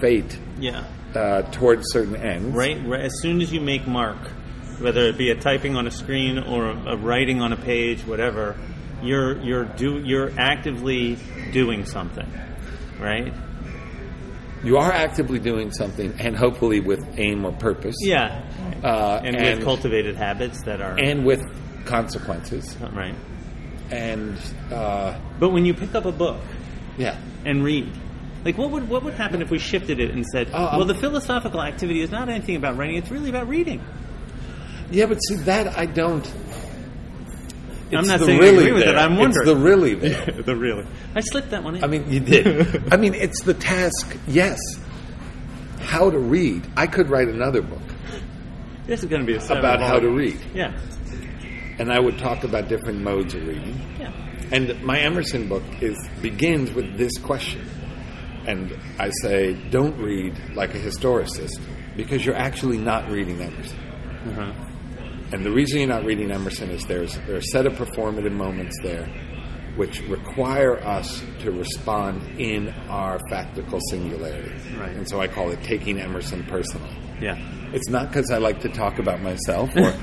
Speaker 2: fate
Speaker 1: Yeah.
Speaker 2: uh, towards certain ends.
Speaker 1: Right, right. As soon as you make mark, whether it be a typing on a screen or a, a writing on a page, whatever, you're you're do you're actively doing something, right?
Speaker 2: You are actively doing something, and hopefully with aim or purpose.
Speaker 1: Yeah.
Speaker 2: Uh,
Speaker 1: and,
Speaker 2: and-
Speaker 1: with cultivated habits that are
Speaker 2: and with consequences.
Speaker 1: right.
Speaker 2: And uh,
Speaker 1: But when you pick up a book
Speaker 2: yeah,
Speaker 1: and read. Like what would what would happen if we shifted it and said,
Speaker 2: Oh,
Speaker 1: "Well,
Speaker 2: I'm-
Speaker 1: the philosophical activity is not anything about writing; it's really about reading."
Speaker 2: yeah. But see that I don't.
Speaker 1: I'm
Speaker 2: It's
Speaker 1: not
Speaker 2: the
Speaker 1: saying I
Speaker 2: really
Speaker 1: agree with
Speaker 2: there.
Speaker 1: it. I'm wondering.
Speaker 2: It's the really there.
Speaker 1: the really, I slipped that one in.
Speaker 2: I mean, you did. I mean, it's the task. Yes, how to read. I could write another book
Speaker 1: this is going to be a seven
Speaker 2: about how to
Speaker 1: volume.
Speaker 2: read,
Speaker 1: Yeah,
Speaker 2: and I would talk about different modes of reading.
Speaker 1: yeah,
Speaker 2: And my Emerson book is begins with this question. And I say, don't read like a historicist because you're actually not reading Emerson.
Speaker 1: uh-huh.
Speaker 2: And the reason you're not reading Emerson is there's there are a set of performative moments there which require us to respond in our factical singularity.
Speaker 1: Right.
Speaker 2: And so I call it taking Emerson personally.
Speaker 1: yeah.
Speaker 2: It's not because I like to talk about myself or,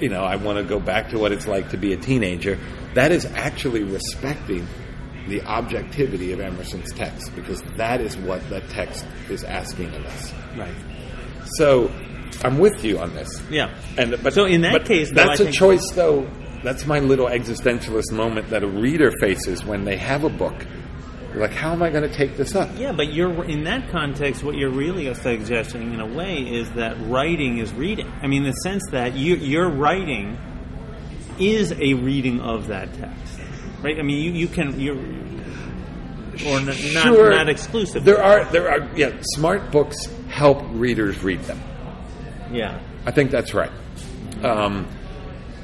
Speaker 2: you know, I want to go back to what it's like to be a teenager. That is actually respecting the objectivity of Emerson's text because that is what the text is asking of us.
Speaker 1: Right.
Speaker 2: So I'm with you on this.
Speaker 1: Yeah.
Speaker 2: And but
Speaker 1: So in that
Speaker 2: but
Speaker 1: case, though,
Speaker 2: that's
Speaker 1: I
Speaker 2: a
Speaker 1: think-
Speaker 2: choice, though. That's my little existentialist moment that a reader faces when they have a book. You're like, how am I going to take this up?
Speaker 1: Yeah, but you're in that context. What you're really suggesting, in a way, is that writing is reading. I mean, in the sense that you, your writing is a reading of that text, right? I mean, you, you can you or n- not
Speaker 2: Sure,
Speaker 1: not exclusive.
Speaker 2: There are there are yeah, smart books help readers read them.
Speaker 1: yeah,
Speaker 2: I think that's right. Um,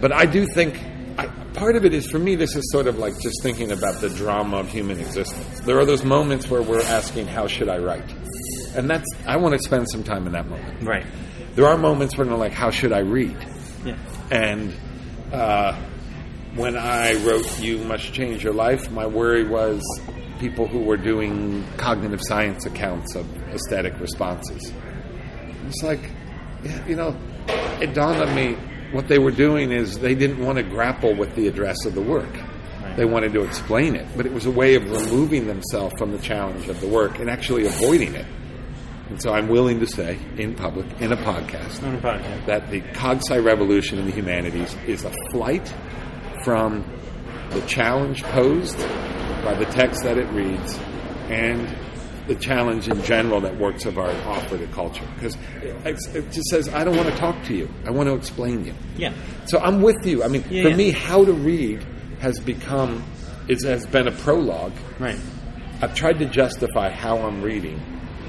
Speaker 2: but I do think I, part of it is for me. This is sort of like just thinking about the drama of human existence. There are those moments where we're asking, "How should I write?" And that's I want to spend some time in that moment.
Speaker 1: right.
Speaker 2: there are moments when I'm like, how should I read?
Speaker 1: Yeah,
Speaker 2: And uh, when I wrote You Must Change Your Life, my worry was people who were doing cognitive science accounts of aesthetic responses. It's like, yeah, you know, it dawned on me what they were doing is they didn't want to grapple with the address of the work. They wanted to explain it, but it was a way of removing themselves from the challenge of the work and actually avoiding it. And so I'm willing to say in public, in a podcast,
Speaker 1: on a podcast.
Speaker 2: that the Cogsci revolution in the humanities is a flight from the challenge posed by the text that it reads and the challenge in general that works of art offer to culture. Because it just says, I don't want to talk to you, I want to explain you.
Speaker 1: Yeah,
Speaker 2: So I'm with you. I mean,
Speaker 1: Yeah,
Speaker 2: for
Speaker 1: yeah.
Speaker 2: me, how to read has become, it has been a prologue.
Speaker 1: right.
Speaker 2: I've tried to justify how I'm reading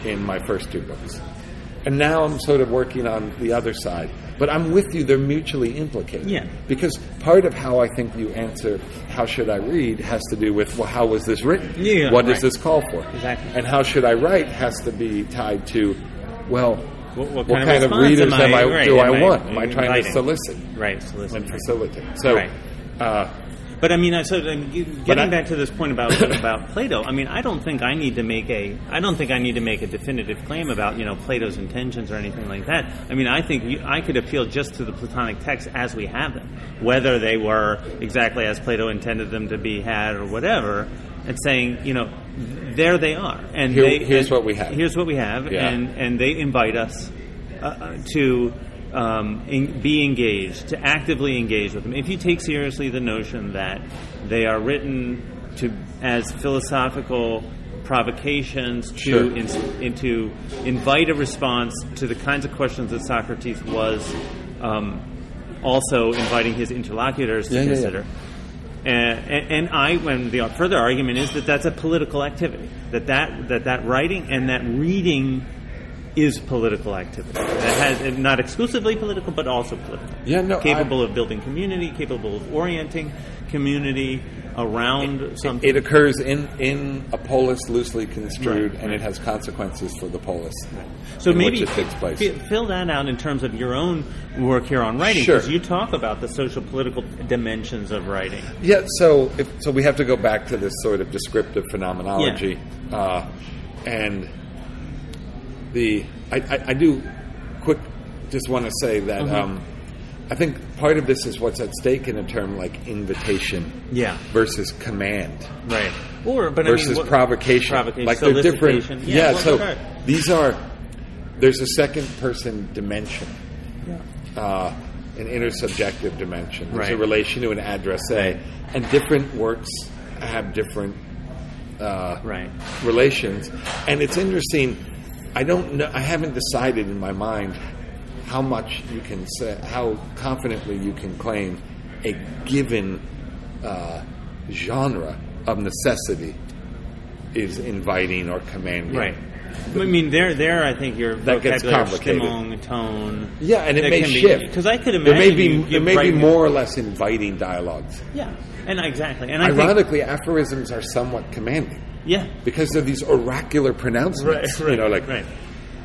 Speaker 2: in my first two books. And now I'm sort of working on the other side. But I'm with you, they're mutually implicated.
Speaker 1: Yeah.
Speaker 2: Because part of how I think you answer, how should I read, has to do with, well, how was this written?
Speaker 1: Yeah,
Speaker 2: what does
Speaker 1: right.
Speaker 2: this call for?
Speaker 1: Exactly.
Speaker 2: And how should I write has to be tied to, well,
Speaker 1: What- what kind of
Speaker 2: kind of,
Speaker 1: response
Speaker 2: readers
Speaker 1: am I-
Speaker 2: am I,
Speaker 1: right,
Speaker 2: do
Speaker 1: am
Speaker 2: I
Speaker 1: I
Speaker 2: want? Am I trying
Speaker 1: inviting?
Speaker 2: to solicit
Speaker 1: Right. So listen.
Speaker 2: and facilitate? So,
Speaker 1: Right.
Speaker 2: uh,
Speaker 1: But I mean, I- so um, you-
Speaker 2: But
Speaker 1: getting
Speaker 2: I-
Speaker 1: back to this point about about Plato, I mean, I don't think I need to make a I don't think I need to make a definitive claim about you know Plato's intentions or anything like that. I mean, I think you, I could appeal just to the Platonic texts as we have them, whether they were exactly as Plato intended them to be had or whatever, and saying you know there they are, and
Speaker 2: Here-
Speaker 1: they,
Speaker 2: here's
Speaker 1: and
Speaker 2: what we have.
Speaker 1: Here's what we have,
Speaker 2: Yeah.
Speaker 1: and and they invite us uh, uh, to um, en- be engaged, to actively engage with them. If you take seriously the notion that they are written to as philosophical provocations to
Speaker 2: Sure.
Speaker 1: ins- in, to invite a response to the kinds of questions that Socrates was um, also inviting his interlocutors to
Speaker 2: Yeah, yeah, yeah.
Speaker 1: consider. Uh, and, and I, when the further argument is that that's a political activity, that that that, that writing and that reading is political activity. That has not exclusively political, but also political.
Speaker 2: Yeah, no,
Speaker 1: capable of building community, capable of orienting community around something.
Speaker 2: It occurs in, in a polis loosely construed, and it has consequences for the polis.
Speaker 1: so
Speaker 2: in
Speaker 1: maybe
Speaker 2: which it takes place.
Speaker 1: fi- fill that out in terms of your own work here on writing,
Speaker 2: Sure.
Speaker 1: because you talk about the social political dimensions of writing.
Speaker 2: Yeah, so if, so we have to go back to this sort of descriptive phenomenology, uh, and the I, I, I do quick just want to say that um, I think part of this is what's at stake in a term like invitation
Speaker 1: Yeah,
Speaker 2: versus command
Speaker 1: right. Or but I
Speaker 2: versus
Speaker 1: mean, what-
Speaker 2: provocation.
Speaker 1: provocation,
Speaker 2: Like they're different.
Speaker 1: solicitation.
Speaker 2: Yeah,
Speaker 1: well,
Speaker 2: so
Speaker 1: right.
Speaker 2: these are there's a second person dimension, uh, an intersubjective dimension. There's a
Speaker 1: Right.
Speaker 2: relation to an addressee, and different works have different uh,
Speaker 1: Right.
Speaker 2: relations. And it's interesting. I don't know. I haven't decided in my mind how much you can say, how confidently you can claim a given uh, genre of necessity is inviting or commanding.
Speaker 1: Right. I mean, there, there. I think your
Speaker 2: That gets
Speaker 1: vocabulary,
Speaker 2: complicated.
Speaker 1: Stimmung, tone.
Speaker 2: Yeah, and it
Speaker 1: that
Speaker 2: may
Speaker 1: can be-
Speaker 2: shift
Speaker 1: 'cause I could
Speaker 2: There may
Speaker 1: imagine
Speaker 2: be
Speaker 1: you-
Speaker 2: there
Speaker 1: you
Speaker 2: may be
Speaker 1: write-
Speaker 2: more or less inviting dialogues.
Speaker 1: Yeah, and exactly, and I think
Speaker 2: Ironically, aphorisms are somewhat commanding
Speaker 1: yeah,
Speaker 2: because they're these oracular pronouncements. You know, like
Speaker 1: right.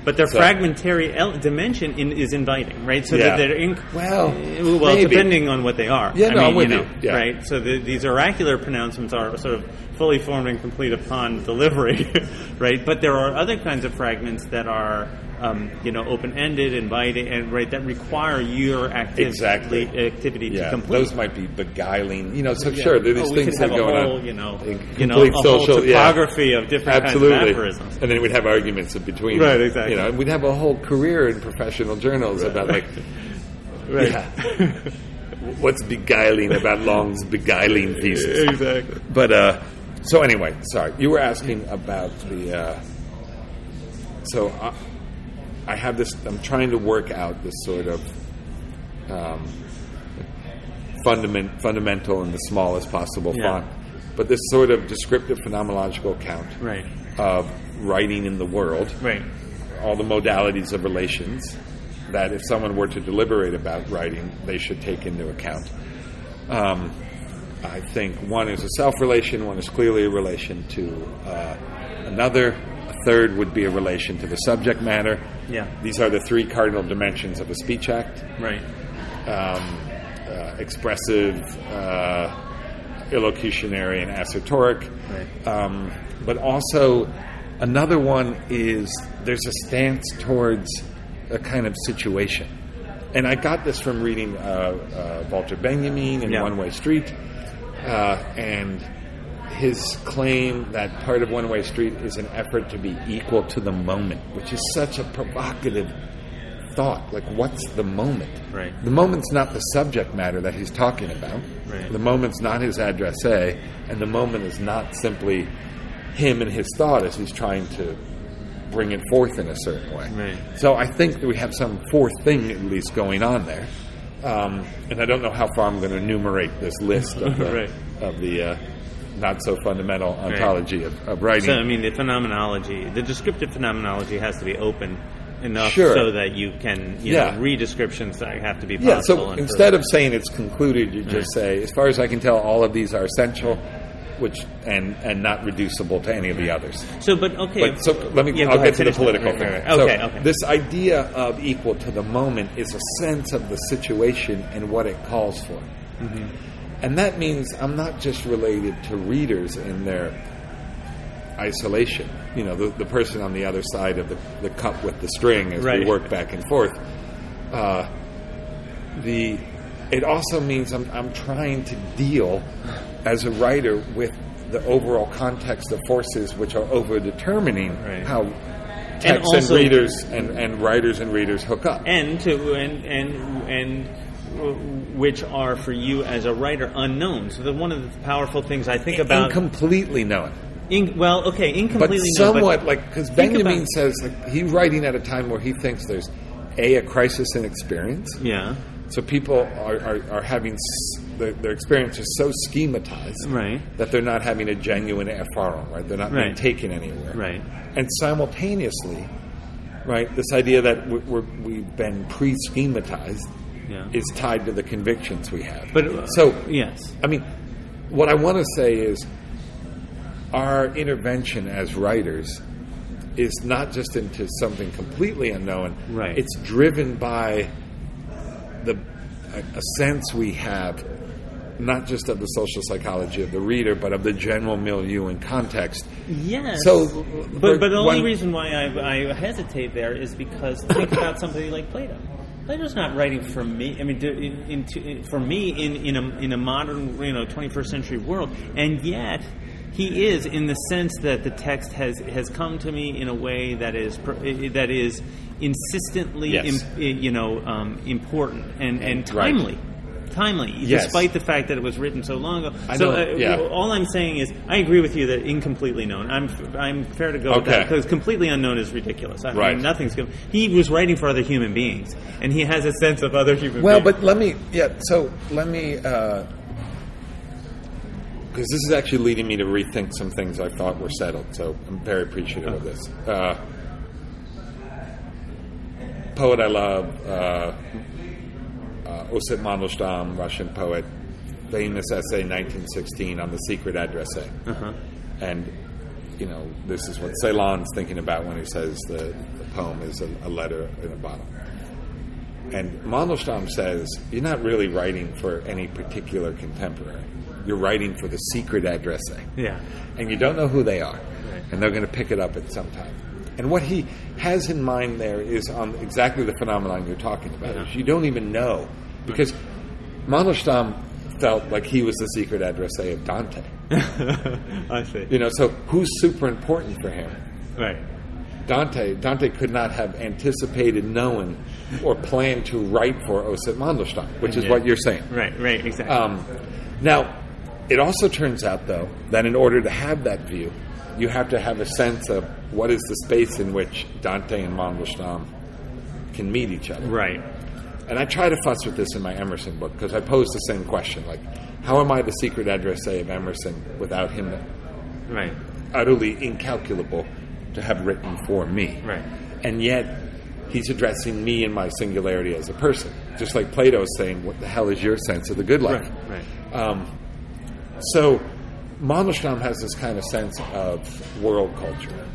Speaker 1: But their
Speaker 2: So-
Speaker 1: fragmentary el- dimension in, is inviting, right? So that
Speaker 2: Yeah.
Speaker 1: they're in,
Speaker 2: Well,
Speaker 1: Eh, well,
Speaker 2: maybe.
Speaker 1: depending on what they are.
Speaker 2: Yeah,
Speaker 1: I
Speaker 2: no,
Speaker 1: mean,
Speaker 2: I'm with
Speaker 1: you know,
Speaker 2: you. Yeah.
Speaker 1: right? So the, these oracular pronouncements are sort of fully formed and complete upon delivery, right? But there are other kinds of fragments that are, um, you know, open-ended, inviting, and right that require your activity
Speaker 2: Exactly.
Speaker 1: activity to
Speaker 2: yeah,
Speaker 1: complete.
Speaker 2: those might be beguiling. You know, so
Speaker 1: Yeah.
Speaker 2: sure, there are these
Speaker 1: Oh, we
Speaker 2: things
Speaker 1: could
Speaker 2: that
Speaker 1: have
Speaker 2: are going
Speaker 1: a whole,
Speaker 2: on.
Speaker 1: You know,
Speaker 2: in
Speaker 1: you know,
Speaker 2: complete
Speaker 1: a
Speaker 2: social
Speaker 1: whole
Speaker 2: yeah.
Speaker 1: topography of different kinds
Speaker 2: Absolutely,
Speaker 1: of aphorisms.
Speaker 2: and then we'd have arguments in between,
Speaker 1: Right, exactly.
Speaker 2: You know, and we'd have a whole career in professional journals about like,
Speaker 1: Right.
Speaker 2: yeah, what's beguiling about Long's beguiling thesis?
Speaker 1: exactly.
Speaker 2: But uh, so anyway, sorry. You were asking about the. Uh, so I, I have this. I'm trying to work out this sort of um, fundament, fundamental in the smallest possible
Speaker 1: Yeah.
Speaker 2: font, but this sort of descriptive phenomenological count
Speaker 1: Right.
Speaker 2: of writing in the world
Speaker 1: Right.
Speaker 2: all the modalities of relations that if someone were to deliberate about writing, they should take into account. Um, I think one is a self relation, one is clearly a relation to uh, another, a third would be a relation to the subject matter.
Speaker 1: Yeah.
Speaker 2: These are the three cardinal dimensions of a speech act
Speaker 1: Right.
Speaker 2: um, uh, expressive, uh, illocutionary, and assertoric.
Speaker 1: Right.
Speaker 2: Um, but also, another one is there's a stance towards a kind of situation. And I got this from reading uh, uh, Walter Benjamin in
Speaker 1: Yeah.
Speaker 2: One Way Street, uh, and his claim that part of One Way Street is an effort to be equal to the moment, which is such a provocative thought. Like, what's the moment?
Speaker 1: Right.
Speaker 2: The moment's not the subject matter that he's talking about.
Speaker 1: Right.
Speaker 2: The moment's not his addressee, and the moment is not simply him and his thought as he's trying to bring it forth in a certain way.
Speaker 1: Right.
Speaker 2: So I think that we have some fourth thing at least going on there. Um, and I don't know how far I'm going to enumerate this list of the,
Speaker 1: Right.
Speaker 2: of the uh, not so fundamental ontology of, of writing.
Speaker 1: So I mean, the phenomenology, the descriptive phenomenology, has to be open enough
Speaker 2: Sure.
Speaker 1: so that you can, you
Speaker 2: Yeah.
Speaker 1: know, re-descriptions that have to be possible.
Speaker 2: Yeah, so
Speaker 1: and
Speaker 2: instead of saying it's concluded, you just say, as far as I can tell, all of these are essential, which and and not reducible to any of the others.
Speaker 1: so, but okay.
Speaker 2: But so let me.
Speaker 1: Yeah, go
Speaker 2: I'll
Speaker 1: ahead,
Speaker 2: get to the
Speaker 1: finish that.
Speaker 2: political
Speaker 1: Right,
Speaker 2: thing.
Speaker 1: right, right.
Speaker 2: So
Speaker 1: Okay. okay.
Speaker 2: This idea of equal to the moment is a sense of the situation and what it calls for,
Speaker 1: Mm-hmm.
Speaker 2: and that means I'm not just related to readers in their isolation. You know, the, the person on the other side of the, the cup with the string as we
Speaker 1: Right.
Speaker 2: work back and forth. Uh, the it also means I'm, I'm trying to deal as a writer with the overall context of forces which are over determining
Speaker 1: Right.
Speaker 2: how texts and,
Speaker 1: also-
Speaker 2: readers and, and writers and readers hook up.
Speaker 1: and to and and and w- which are for you as a writer unknown. So the, one of the powerful things I think about,
Speaker 2: Incompletely known.
Speaker 1: in, well, okay,
Speaker 2: but
Speaker 1: incompletely, known,
Speaker 2: somewhat like because
Speaker 1: think
Speaker 2: Benjamin
Speaker 1: about-
Speaker 2: says like, he's writing at a time where he thinks there's a a crisis in experience.
Speaker 1: yeah,
Speaker 2: So people are, are, are having s- their, their experience is so schematized
Speaker 1: Right.
Speaker 2: that they're not having a genuine FRO, right? They're not being
Speaker 1: Right.
Speaker 2: taken anywhere.
Speaker 1: Right.
Speaker 2: And simultaneously, right, this idea that we we're, we've been pre schematized
Speaker 1: Yeah.
Speaker 2: is tied to the convictions we have.
Speaker 1: But, uh,
Speaker 2: so,
Speaker 1: yes.
Speaker 2: I mean, what I want to say is our intervention as writers is not just into something completely unknown.
Speaker 1: Right.
Speaker 2: It's driven by the a, a sense we have not just of the social psychology of the reader, but of the general milieu and context.
Speaker 1: Yes.
Speaker 2: So, for
Speaker 1: but but the only
Speaker 2: one-
Speaker 1: reason why I, I hesitate there is because think about somebody like Plato. Plato's not writing for me. I mean, do- in, in, to- for me in in a in a modern you know 21st century world, and yet. He is, in the sense that the text has, has come to me in a way that is per- that is insistently,
Speaker 2: Yes.
Speaker 1: im- you know, um, important and, and
Speaker 2: Right.
Speaker 1: timely, timely,
Speaker 2: Yes.
Speaker 1: despite the fact that it was written so long ago.
Speaker 2: I
Speaker 1: so,
Speaker 2: know,
Speaker 1: uh,
Speaker 2: yeah.
Speaker 1: all I'm saying is, I agree with you that incompletely known. I'm I'm fair to go with
Speaker 2: Okay.
Speaker 1: that because completely unknown is ridiculous. I mean,
Speaker 2: Right.
Speaker 1: nothing's going. He was writing for other human beings, and he has a sense of other human.
Speaker 2: Well,
Speaker 1: beings.
Speaker 2: but let me, yeah, so let me, uh, because this is actually leading me to rethink some things I thought were settled, so I'm very appreciative of this. Uh, poet I love, uh, uh, Osip Mandelstam, Russian poet, famous essay 1916 on the secret addressee.
Speaker 1: uh-huh.
Speaker 2: And, you know, this is what Ceylon's thinking about when he says the, the poem is a, a letter in a bottle. And Mandelstam says, you're not really writing for any particular contemporary. You're writing for the secret addressee.
Speaker 1: yeah,
Speaker 2: And you don't know who they are. And they're going to pick it up at some time. And what he has in mind there is on exactly the phenomenon you're talking about.
Speaker 1: Yeah.
Speaker 2: Is you don't even know. Because Mandelstam felt like he was the secret addressee of Dante.
Speaker 1: I see.
Speaker 2: You know, so who's super important for him?
Speaker 1: Right.
Speaker 2: Dante. Dante could not have anticipated, known, or planned to write for Osip Mandelstam, which is
Speaker 1: Yeah.
Speaker 2: what you're saying.
Speaker 1: Right. Right. Exactly.
Speaker 2: Um, now, it also turns out, though, that in order to have that view, you have to have a sense of what is the space in which Dante and Mandelstam can meet each other.
Speaker 1: right.
Speaker 2: And I try to fuss with this in my Emerson book because I pose the same question: like, how am I the secret addressee of Emerson without him
Speaker 1: Right.
Speaker 2: utterly incalculable to have written for me.
Speaker 1: Right.
Speaker 2: And yet, he's addressing me and my singularity as a person, just like Plato is saying, "What the hell is your sense of the good life?"
Speaker 1: Right. Right.
Speaker 2: Um, so, Mandelstam has this kind of sense of world culture.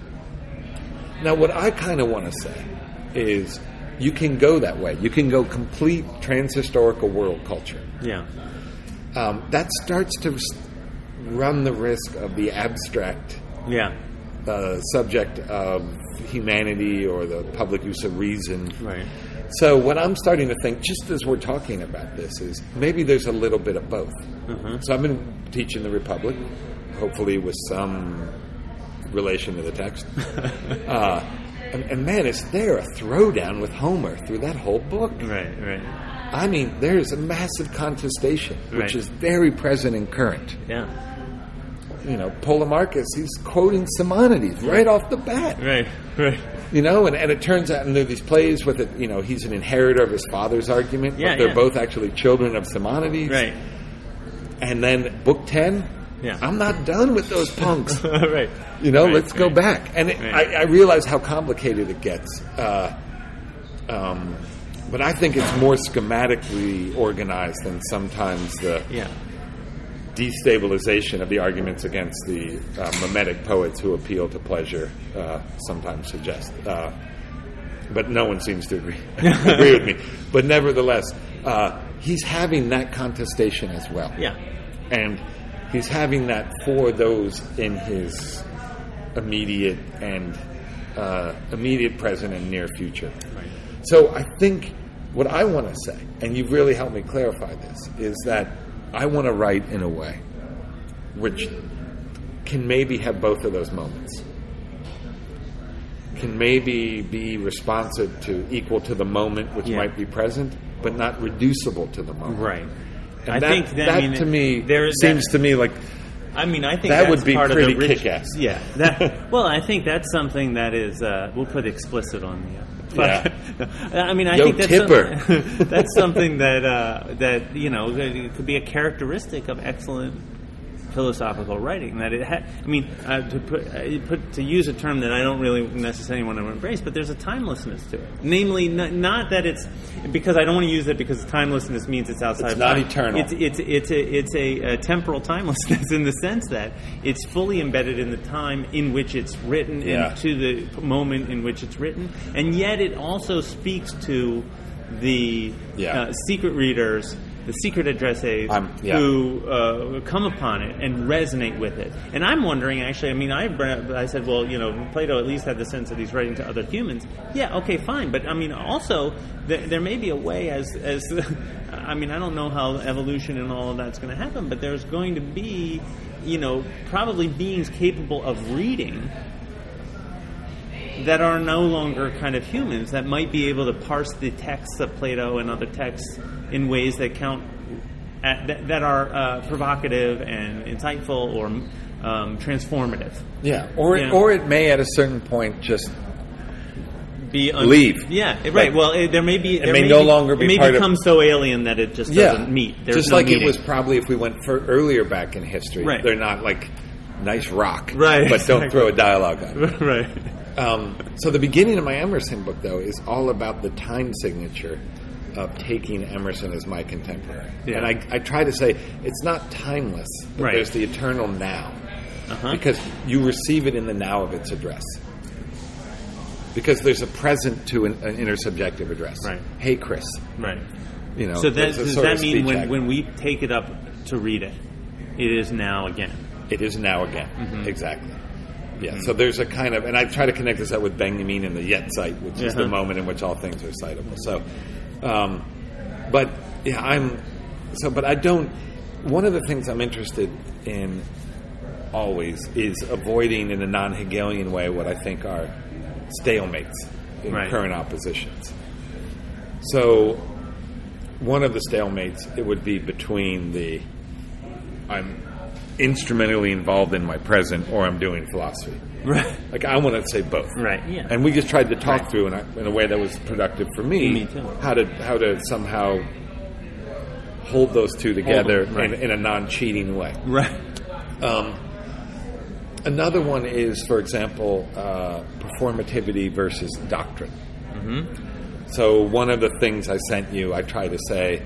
Speaker 2: Now, what I kind of want to say is, you can go that way. You can go complete transhistorical world culture
Speaker 1: Yeah.
Speaker 2: um, that starts to s- run the risk of the abstract
Speaker 1: Yeah.
Speaker 2: uh, subject of humanity or the public use of reason.
Speaker 1: Right.
Speaker 2: So, what I'm starting to think, just as we're talking about this, is maybe there's a little bit of both.
Speaker 1: Uh-huh.
Speaker 2: So, I've been teaching the Republic, hopefully with some relation to the text. uh, and, and man, is there a throwdown with Homer through that whole book?
Speaker 1: Right. Right.
Speaker 2: I mean, there is a massive contestation, which
Speaker 1: Right.
Speaker 2: is very present and current.
Speaker 1: Yeah.
Speaker 2: you know, Polemarchus, he's quoting Simonides right off the bat,
Speaker 1: Right. Right.
Speaker 2: you know, and, and it turns out, and there are these plays with it, you know, he's an inheritor of his father's argument,
Speaker 1: Yeah,
Speaker 2: but they're
Speaker 1: yeah.
Speaker 2: both actually children of Simonides.
Speaker 1: Right.
Speaker 2: And then book 10,
Speaker 1: Yeah.
Speaker 2: I'm not done with those punks,
Speaker 1: right.
Speaker 2: you know,
Speaker 1: Right,
Speaker 2: let's go
Speaker 1: right.
Speaker 2: back. And it,
Speaker 1: Right.
Speaker 2: I, I realize how complicated it gets. Uh, um, but I think it's more schematically organized than sometimes the
Speaker 1: Yeah.
Speaker 2: destabilization of the arguments against the uh, mimetic poets who appeal to pleasure uh, sometimes suggest. Uh, but no one seems to agree, agree with me. But nevertheless, uh, he's having that contestation as well.
Speaker 1: Yeah.
Speaker 2: And he's having that for those in his immediate and uh, immediate present and near future.
Speaker 1: Right.
Speaker 2: So I think what I want to say, and you've really helped me clarify this, is that I want to write in a way which can maybe have both of those moments. Can maybe be responsive to equal to the moment which
Speaker 1: Yeah.
Speaker 2: might be present, but not reducible to the moment.
Speaker 1: Right.
Speaker 2: And
Speaker 1: I
Speaker 2: that,
Speaker 1: think that,
Speaker 2: that
Speaker 1: I mean,
Speaker 2: to me
Speaker 1: there is that-
Speaker 2: seems to me like
Speaker 1: I mean, I think
Speaker 2: That
Speaker 1: that's
Speaker 2: would be
Speaker 1: part
Speaker 2: pretty
Speaker 1: of the rich-
Speaker 2: kick-ass.
Speaker 1: Yeah. That, well, I think that's something that is. Uh, we'll put explicit on the. Uh,
Speaker 2: Yeah.
Speaker 1: but I mean, I
Speaker 2: Yo,
Speaker 1: think that's,
Speaker 2: Tipper.
Speaker 1: some- that's something that uh, that you know that it could be a characteristic of excellent philosophical writing. That it, ha- I mean, uh, to put, uh, put to use a term that I don't really necessarily want to embrace, but there's a timelessness to it. Namely, n- not that it's because I don't want to use it because timelessness means it's outside.
Speaker 2: It's
Speaker 1: of
Speaker 2: not
Speaker 1: time.
Speaker 2: eternal.
Speaker 1: It's it's it's a it's a, uh temporal timelessness in the sense that it's fully embedded in the time in which it's written
Speaker 2: Yeah.
Speaker 1: and to the moment in which it's written, and yet it also speaks to the
Speaker 2: Yeah.
Speaker 1: uh, secret readers, the secret addressees
Speaker 2: I'm- yeah.
Speaker 1: who uh, come upon it and resonate with it. And I'm wondering, actually, I mean, I br- I said, well, you know, Plato at least had the sense that he's writing to other humans. Yeah, okay, fine, but I mean, also there, there may be a way as as I mean, I don't know how evolution and all of that's going to happen, but there's going to be, you know, probably beings capable of reading that are no longer kind of humans that might be able to parse the texts of Plato and other texts in ways that count at, that, that are uh, provocative and insightful or um, transformative.
Speaker 2: Yeah, or
Speaker 1: Yeah.
Speaker 2: or it may at a certain point just
Speaker 1: Be un-
Speaker 2: Leave.
Speaker 1: Yeah, it- right.
Speaker 2: Like-
Speaker 1: well, it, there may be. There
Speaker 2: may no longer
Speaker 1: it
Speaker 2: be
Speaker 1: may
Speaker 2: part of-
Speaker 1: become so alien that it just
Speaker 2: yeah
Speaker 1: doesn't meet. There's
Speaker 2: just
Speaker 1: no
Speaker 2: like
Speaker 1: meeting.
Speaker 2: it was probably if we went for earlier back in history.
Speaker 1: Right.
Speaker 2: They're not like nice rock,
Speaker 1: Right,
Speaker 2: But
Speaker 1: exactly.
Speaker 2: don't throw a dialogue on. it.
Speaker 1: right.
Speaker 2: Um, so the beginning of my Emerson book though is all about the time signature of taking Emerson as my contemporary,
Speaker 1: Yeah.
Speaker 2: and I, I try to say it's not timeless. But
Speaker 1: Right.
Speaker 2: There's the eternal now
Speaker 1: Uh-huh.
Speaker 2: because you receive it in the now of its address. Because there's a present to an, an intersubjective address.
Speaker 1: Right.
Speaker 2: Hey, Chris.
Speaker 1: right.
Speaker 2: You know.
Speaker 1: So that,
Speaker 2: there's a
Speaker 1: does
Speaker 2: sort
Speaker 1: that
Speaker 2: of
Speaker 1: mean
Speaker 2: speech
Speaker 1: when,
Speaker 2: act.
Speaker 1: when we take it up to read it, it is now again?
Speaker 2: it is now again? Exactly. Yeah. So there's a kind of, and I try to connect this up with Benjamin and the yet site, which is the
Speaker 1: Uh-huh.
Speaker 2: moment in which all things are citable. So, um, but yeah, I'm. So, but I don't. One of the things I'm interested in always is avoiding in a non-Hegelian way what I think are stalemates in
Speaker 1: Right.
Speaker 2: current oppositions. So one of the stalemates it would be between the I'm instrumentally involved in my present or I'm doing philosophy.
Speaker 1: Right.
Speaker 2: Like I want to say both.
Speaker 1: Right. Yeah.
Speaker 2: And we just tried to talk through in a, in a way that was productive for me.
Speaker 1: Me too.
Speaker 2: How to how to somehow hold those two together
Speaker 1: right.
Speaker 2: in, in a non-cheating way.
Speaker 1: right.
Speaker 2: Um, another one is, for example, uh, performativity versus doctrine. So one of the things I sent you, I try to say,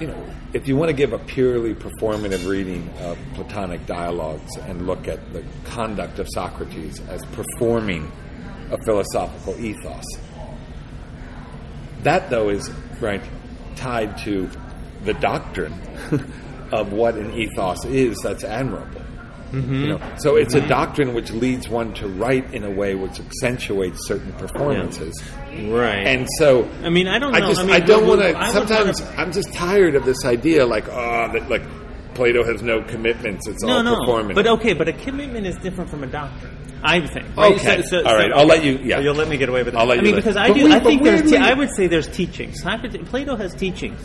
Speaker 2: you know, if you want to give a purely performative reading of Platonic dialogues and look at the conduct of Socrates as performing a philosophical ethos, that though is right tied to the doctrine of what an ethos is that's admirable. You know, so it's a doctrine which leads one to write in a way which accentuates certain performances.
Speaker 1: Right.
Speaker 2: And so
Speaker 1: I mean, I don't
Speaker 2: I
Speaker 1: know.
Speaker 2: just I,
Speaker 1: I, mean,
Speaker 2: don't
Speaker 1: but
Speaker 2: want
Speaker 1: we-
Speaker 2: to.
Speaker 1: I would
Speaker 2: Sometimes
Speaker 1: wanna-
Speaker 2: I'm just tired of this idea, like oh, that like Plato has no commitments. It's
Speaker 1: no,
Speaker 2: all
Speaker 1: no.
Speaker 2: performative.
Speaker 1: But oh okay, but a commitment is different from a doctrine. I think.
Speaker 2: Okay. All right, I'll let you- yeah.
Speaker 1: You'll let me get away with it.
Speaker 2: I'll
Speaker 1: I
Speaker 2: let you
Speaker 1: mean,
Speaker 2: let-
Speaker 1: because I
Speaker 2: But
Speaker 1: do.
Speaker 2: we-
Speaker 1: I
Speaker 2: but
Speaker 1: think there's.
Speaker 2: we're
Speaker 1: Te-
Speaker 2: le-
Speaker 1: I would say there's teachings. Socrates, Plato has teachings.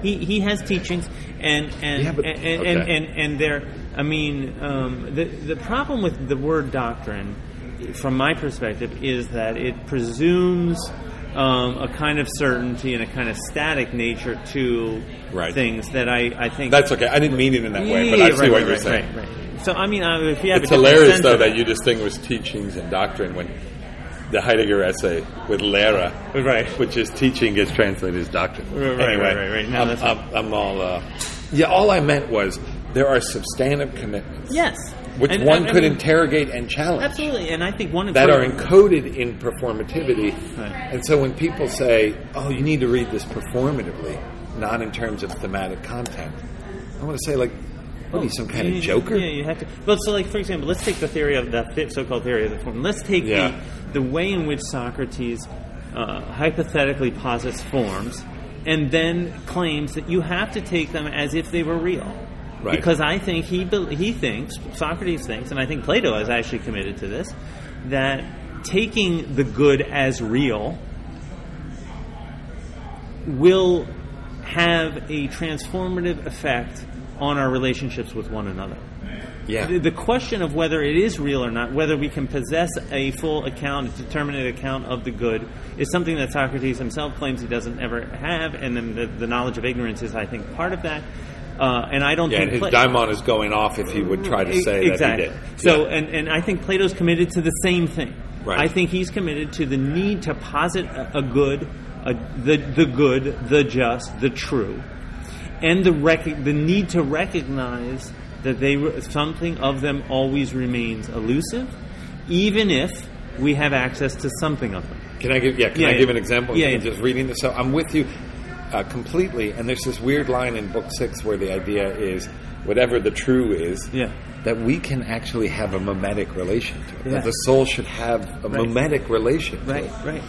Speaker 1: He he has teachings, and and
Speaker 2: Yeah, but-
Speaker 1: and, and,
Speaker 2: okay.
Speaker 1: and and there. I mean, um, the the problem with the word doctrine, from my perspective, is that it presumes. Um, a kind of certainty and a kind of static nature to
Speaker 2: Right.
Speaker 1: things that I, I think
Speaker 2: that's okay. I didn't mean it in that way, but I see
Speaker 1: right,
Speaker 2: what
Speaker 1: right,
Speaker 2: you're
Speaker 1: right,
Speaker 2: saying.
Speaker 1: right, right. So I mean, I if you have
Speaker 2: It's
Speaker 1: a different
Speaker 2: hilarious
Speaker 1: sense
Speaker 2: though
Speaker 1: of
Speaker 2: that
Speaker 1: it-
Speaker 2: you distinguish teachings and doctrine when the Heidegger essay with Lehrer,
Speaker 1: Right.
Speaker 2: which is teaching gets translated as doctrine.
Speaker 1: Right, right,
Speaker 2: anyway,
Speaker 1: right, right, right. No,
Speaker 2: I'm,
Speaker 1: that's-
Speaker 2: I'm, I'm all. Uh, yeah, all I meant was there are substantive commitments
Speaker 1: yes,
Speaker 2: which
Speaker 1: And-
Speaker 2: one
Speaker 1: I- I
Speaker 2: could
Speaker 1: mean,
Speaker 2: interrogate and challenge.
Speaker 1: absolutely, and I think one
Speaker 2: that are
Speaker 1: important-
Speaker 2: encoded in performativity.
Speaker 1: Right.
Speaker 2: And so when people say, oh, you need to read this performatively, not in terms of thematic content, I want to say, like, what are you, some kind
Speaker 1: Yeah,
Speaker 2: of joker?
Speaker 1: Yeah, you have to. But so, like for example, let's take the theory of the fit- so-called theory of the form. Let's take
Speaker 2: Yeah.
Speaker 1: the the way in which Socrates uh, hypothetically posits forms, and then claims that you have to take them as if they were real.
Speaker 2: Right.
Speaker 1: Because I think he bel- he thinks Socrates thinks, and I think Plato is actually committed to this, that taking the good as real will have a transformative effect on our relationships with one another.
Speaker 3: Yeah.
Speaker 1: The, the question of whether it is real or not, whether we can possess a full account, a determinate account of the good, is something that Socrates himself claims he doesn't ever have, and then the, the knowledge of ignorance is, I think, part of that. Uh, and I don't
Speaker 2: Yeah,
Speaker 1: think
Speaker 2: and his
Speaker 1: Pla-
Speaker 2: daimon is going off if he would try to say
Speaker 1: E exactly.
Speaker 2: that he did.
Speaker 1: So, and, and I think Plato's committed to the same thing.
Speaker 2: Right.
Speaker 1: I think he's committed to the need to posit a, a good, a, the the good, the just, the true, and the rec- the need to recognize that they re- something of them always remains elusive, even if we have access to something of them.
Speaker 2: Can I give? Yeah, can
Speaker 1: Yeah,
Speaker 2: I
Speaker 1: yeah.
Speaker 2: give an example?
Speaker 1: Yeah,
Speaker 2: I'm
Speaker 1: yeah.
Speaker 2: Just reading this, so I'm with you uh, completely. And there's this weird line in Book Six where the idea is whatever the true is,
Speaker 1: Yeah.
Speaker 2: that we can actually have a mimetic relation to it.
Speaker 1: Yeah.
Speaker 2: That the soul should have a
Speaker 1: Right.
Speaker 2: mimetic relation. to it.
Speaker 1: Right. Right.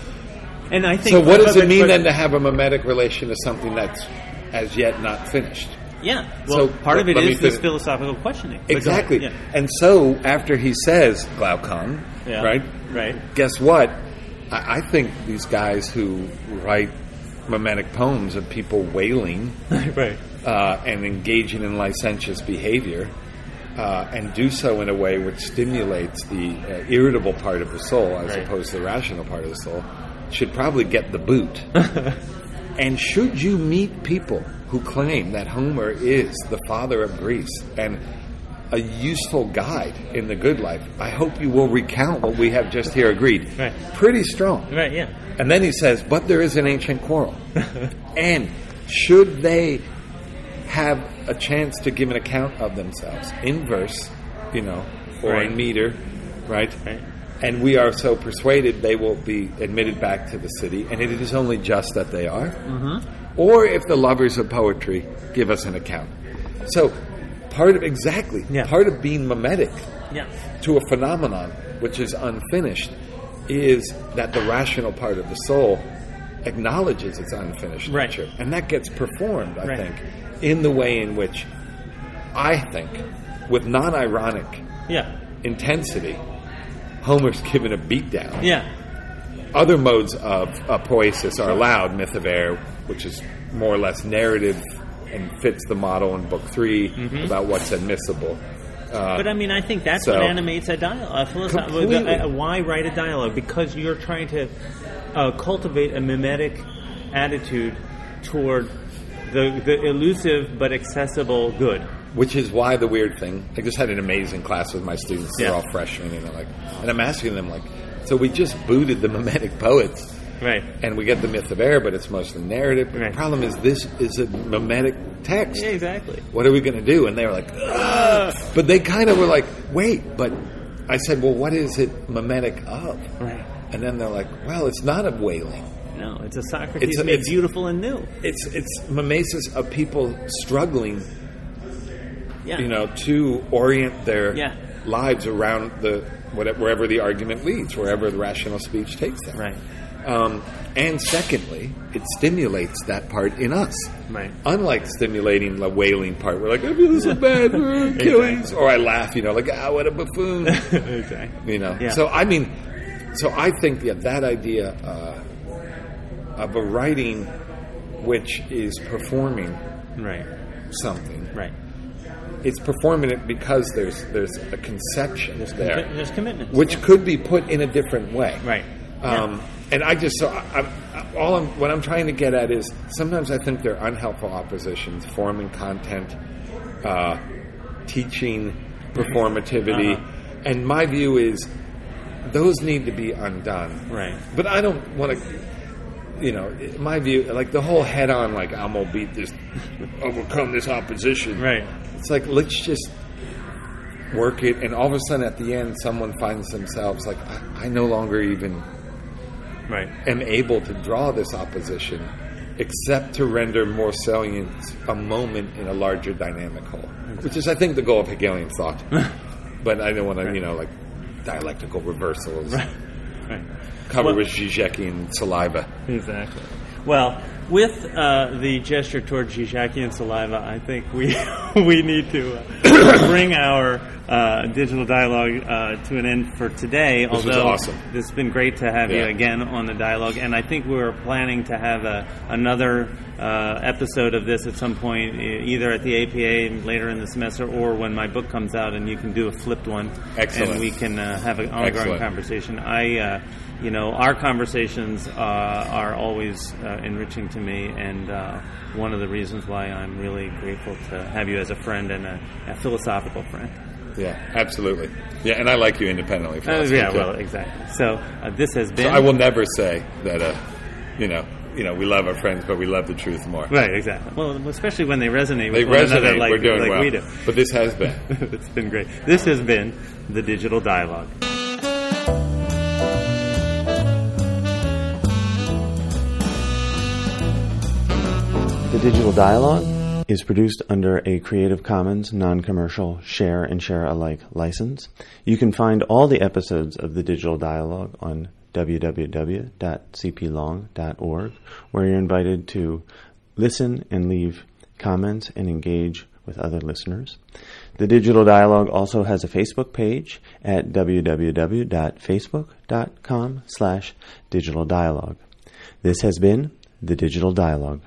Speaker 1: And I think
Speaker 2: So what does
Speaker 1: but-
Speaker 2: it mean
Speaker 1: but-
Speaker 2: then to have a mimetic relation to something that's as yet not finished?
Speaker 1: Yeah. Well,
Speaker 2: So
Speaker 1: part of it
Speaker 2: let- let me
Speaker 1: is this
Speaker 2: finish.
Speaker 1: philosophical questioning. But go ahead.
Speaker 2: Exactly.
Speaker 1: Yeah.
Speaker 2: And so after he says Glaucon,
Speaker 1: Yeah.
Speaker 2: right?
Speaker 1: Right.
Speaker 2: guess what? I, I think these guys who write mimetic poems of people wailing
Speaker 1: right.
Speaker 2: uh, and engaging in licentious behavior uh, and do so in a way which stimulates the uh, irritable part of the soul as
Speaker 1: Right.
Speaker 2: opposed to the rational part of the soul should probably get the boot. and should you meet people who claim that Homer is the father of Greece and a useful guide in the good life, I hope you will recount what we have just here agreed.
Speaker 1: Right.
Speaker 2: Pretty strong.
Speaker 1: Right. Yeah.
Speaker 2: And then he says, but there is an ancient quarrel. and should they have a chance to give an account of themselves in verse, you know, or
Speaker 1: Right.
Speaker 2: in meter, right?
Speaker 1: Right.
Speaker 2: And we are so persuaded they will be admitted back to the city, and it is only just that they are. Mm-hmm. Or if the lovers of poetry give us an account. So, part of, exactly,
Speaker 1: Yeah.
Speaker 2: part of being mimetic
Speaker 1: Yeah.
Speaker 2: to a phenomenon which is unfinished is that the rational part of the soul acknowledges its unfinished
Speaker 1: Right.
Speaker 2: nature. And that gets performed, I
Speaker 1: Right.
Speaker 2: think, in the way in which I think, with non ironic
Speaker 1: Yeah,
Speaker 2: intensity, Homer's given a beatdown.
Speaker 1: yeah,
Speaker 2: Other modes of uh, poesis are allowed, myth of air, which is more or less narrative and fits the model in Book 3
Speaker 1: Mm-hmm.
Speaker 2: about what's admissible. Uh,
Speaker 1: but I mean, I think that's
Speaker 2: So-
Speaker 1: what animates a dialogue. A philosoph-
Speaker 2: Completely.
Speaker 1: uh, why write a dialogue? Because you're trying to uh, cultivate a mimetic attitude toward the, the elusive but accessible good.
Speaker 2: Which is why the weird thing. I just had an amazing class with my students. They're
Speaker 1: Yeah.
Speaker 2: all freshmen, and they're like, and I'm asking them like, so we just booted the mimetic poets,
Speaker 1: Right.
Speaker 2: and we get the myth of air, but it's mostly narrative. But
Speaker 1: Right.
Speaker 2: the problem is this is a mimetic text.
Speaker 1: Yeah, exactly.
Speaker 2: What are we going to do? And they were like, Ugh. but they kind of were like, wait, but I said, well, what is it mimetic of?
Speaker 1: Right.
Speaker 2: And then they're like, well, it's not of wailing.
Speaker 1: No, it's a Socrates
Speaker 2: It's a-
Speaker 1: made
Speaker 2: it's-
Speaker 1: beautiful and new.
Speaker 2: It's it's mimesis of people struggling
Speaker 1: Yeah.
Speaker 2: you know, to orient their
Speaker 1: Yeah.
Speaker 2: lives around the whatever, wherever the argument leads, wherever the rational speech takes them.
Speaker 1: Right.
Speaker 2: Um, and secondly, it stimulates that part in us.
Speaker 1: Right.
Speaker 2: Unlike stimulating the wailing part, we're like, I feel so bad, uh, Achilles, or I laugh, you know, like, ah, what a buffoon,
Speaker 1: exactly.
Speaker 2: you know.
Speaker 1: Yeah.
Speaker 2: So I mean, so I think yeah, that idea uh, of a writing which is performing
Speaker 1: Right.
Speaker 2: something
Speaker 1: Right.
Speaker 2: it's performing it because there's there's a conception there,
Speaker 1: There's commitment.
Speaker 2: which could be put in a different way.
Speaker 1: Right.
Speaker 2: Um, And I just so I, I, all I'm, what I'm trying to get at is sometimes I think they're unhelpful oppositions: form and content, uh, teaching, performativity,
Speaker 1: Uh-huh.
Speaker 2: and my view is those need to be undone.
Speaker 1: Right.
Speaker 2: But I don't want to, you know, my view like the whole head-on like I'm gonna beat this, overcome this opposition.
Speaker 1: Right.
Speaker 2: It's like let's just work it, and all of a sudden at the end, someone finds themselves like I, I no longer even
Speaker 1: Right.
Speaker 2: am able to draw this opposition, except to render more salient a moment in a larger dynamic whole, which is I think the goal of Hegelian thought. but I don't want to, you know, like dialectical reversals
Speaker 1: Right.
Speaker 2: covered
Speaker 1: Well-
Speaker 2: with Zizek and saliva.
Speaker 1: Exactly. Well, with uh, the gesture toward Zizekian saliva, I think we we need to uh, bring our uh, digital dialogue uh, to an end for today.
Speaker 4: was
Speaker 1: although
Speaker 4: awesome.
Speaker 1: it's been great to have you
Speaker 4: Yeah.
Speaker 1: again on the dialogue, and I think we're planning to have a, another uh, episode of this at some point, e- either at the APA later in the semester or when my book comes out, and you can do a flipped one, and
Speaker 2: Excellent.
Speaker 1: we can uh, have an ongoing
Speaker 2: Excellent.
Speaker 1: conversation conversation. I, uh, you know, our conversations uh, are always uh, enriching to me, and uh, one of the reasons why I'm really grateful to have you as a friend and a, a philosophical friend.
Speaker 2: Yeah, absolutely. Yeah, and I like you independently. For
Speaker 1: Uh,
Speaker 2: us,
Speaker 1: yeah,
Speaker 2: too.
Speaker 1: well, exactly. So uh, this has been.
Speaker 2: So I will never say that. Uh, you know, you know, we love our friends, but we love the truth more.
Speaker 1: Right, exactly. Well, especially when they resonate
Speaker 2: They
Speaker 1: with one another
Speaker 2: resonate.
Speaker 1: like,
Speaker 2: We're doing
Speaker 1: like
Speaker 2: well,
Speaker 1: we do.
Speaker 2: but this has been.
Speaker 1: it's been great. This has been the Digital Dialogue.
Speaker 5: The Digital Dialogue is produced under a Creative Commons non-commercial share and share alike license. You can find all the episodes of The Digital Dialogue on www.cplong.org where you're invited to listen and leave comments and engage with other listeners. The Digital Dialogue also has a Facebook page at www.facebook.com slash digital dialogue. This has been The Digital Dialogue.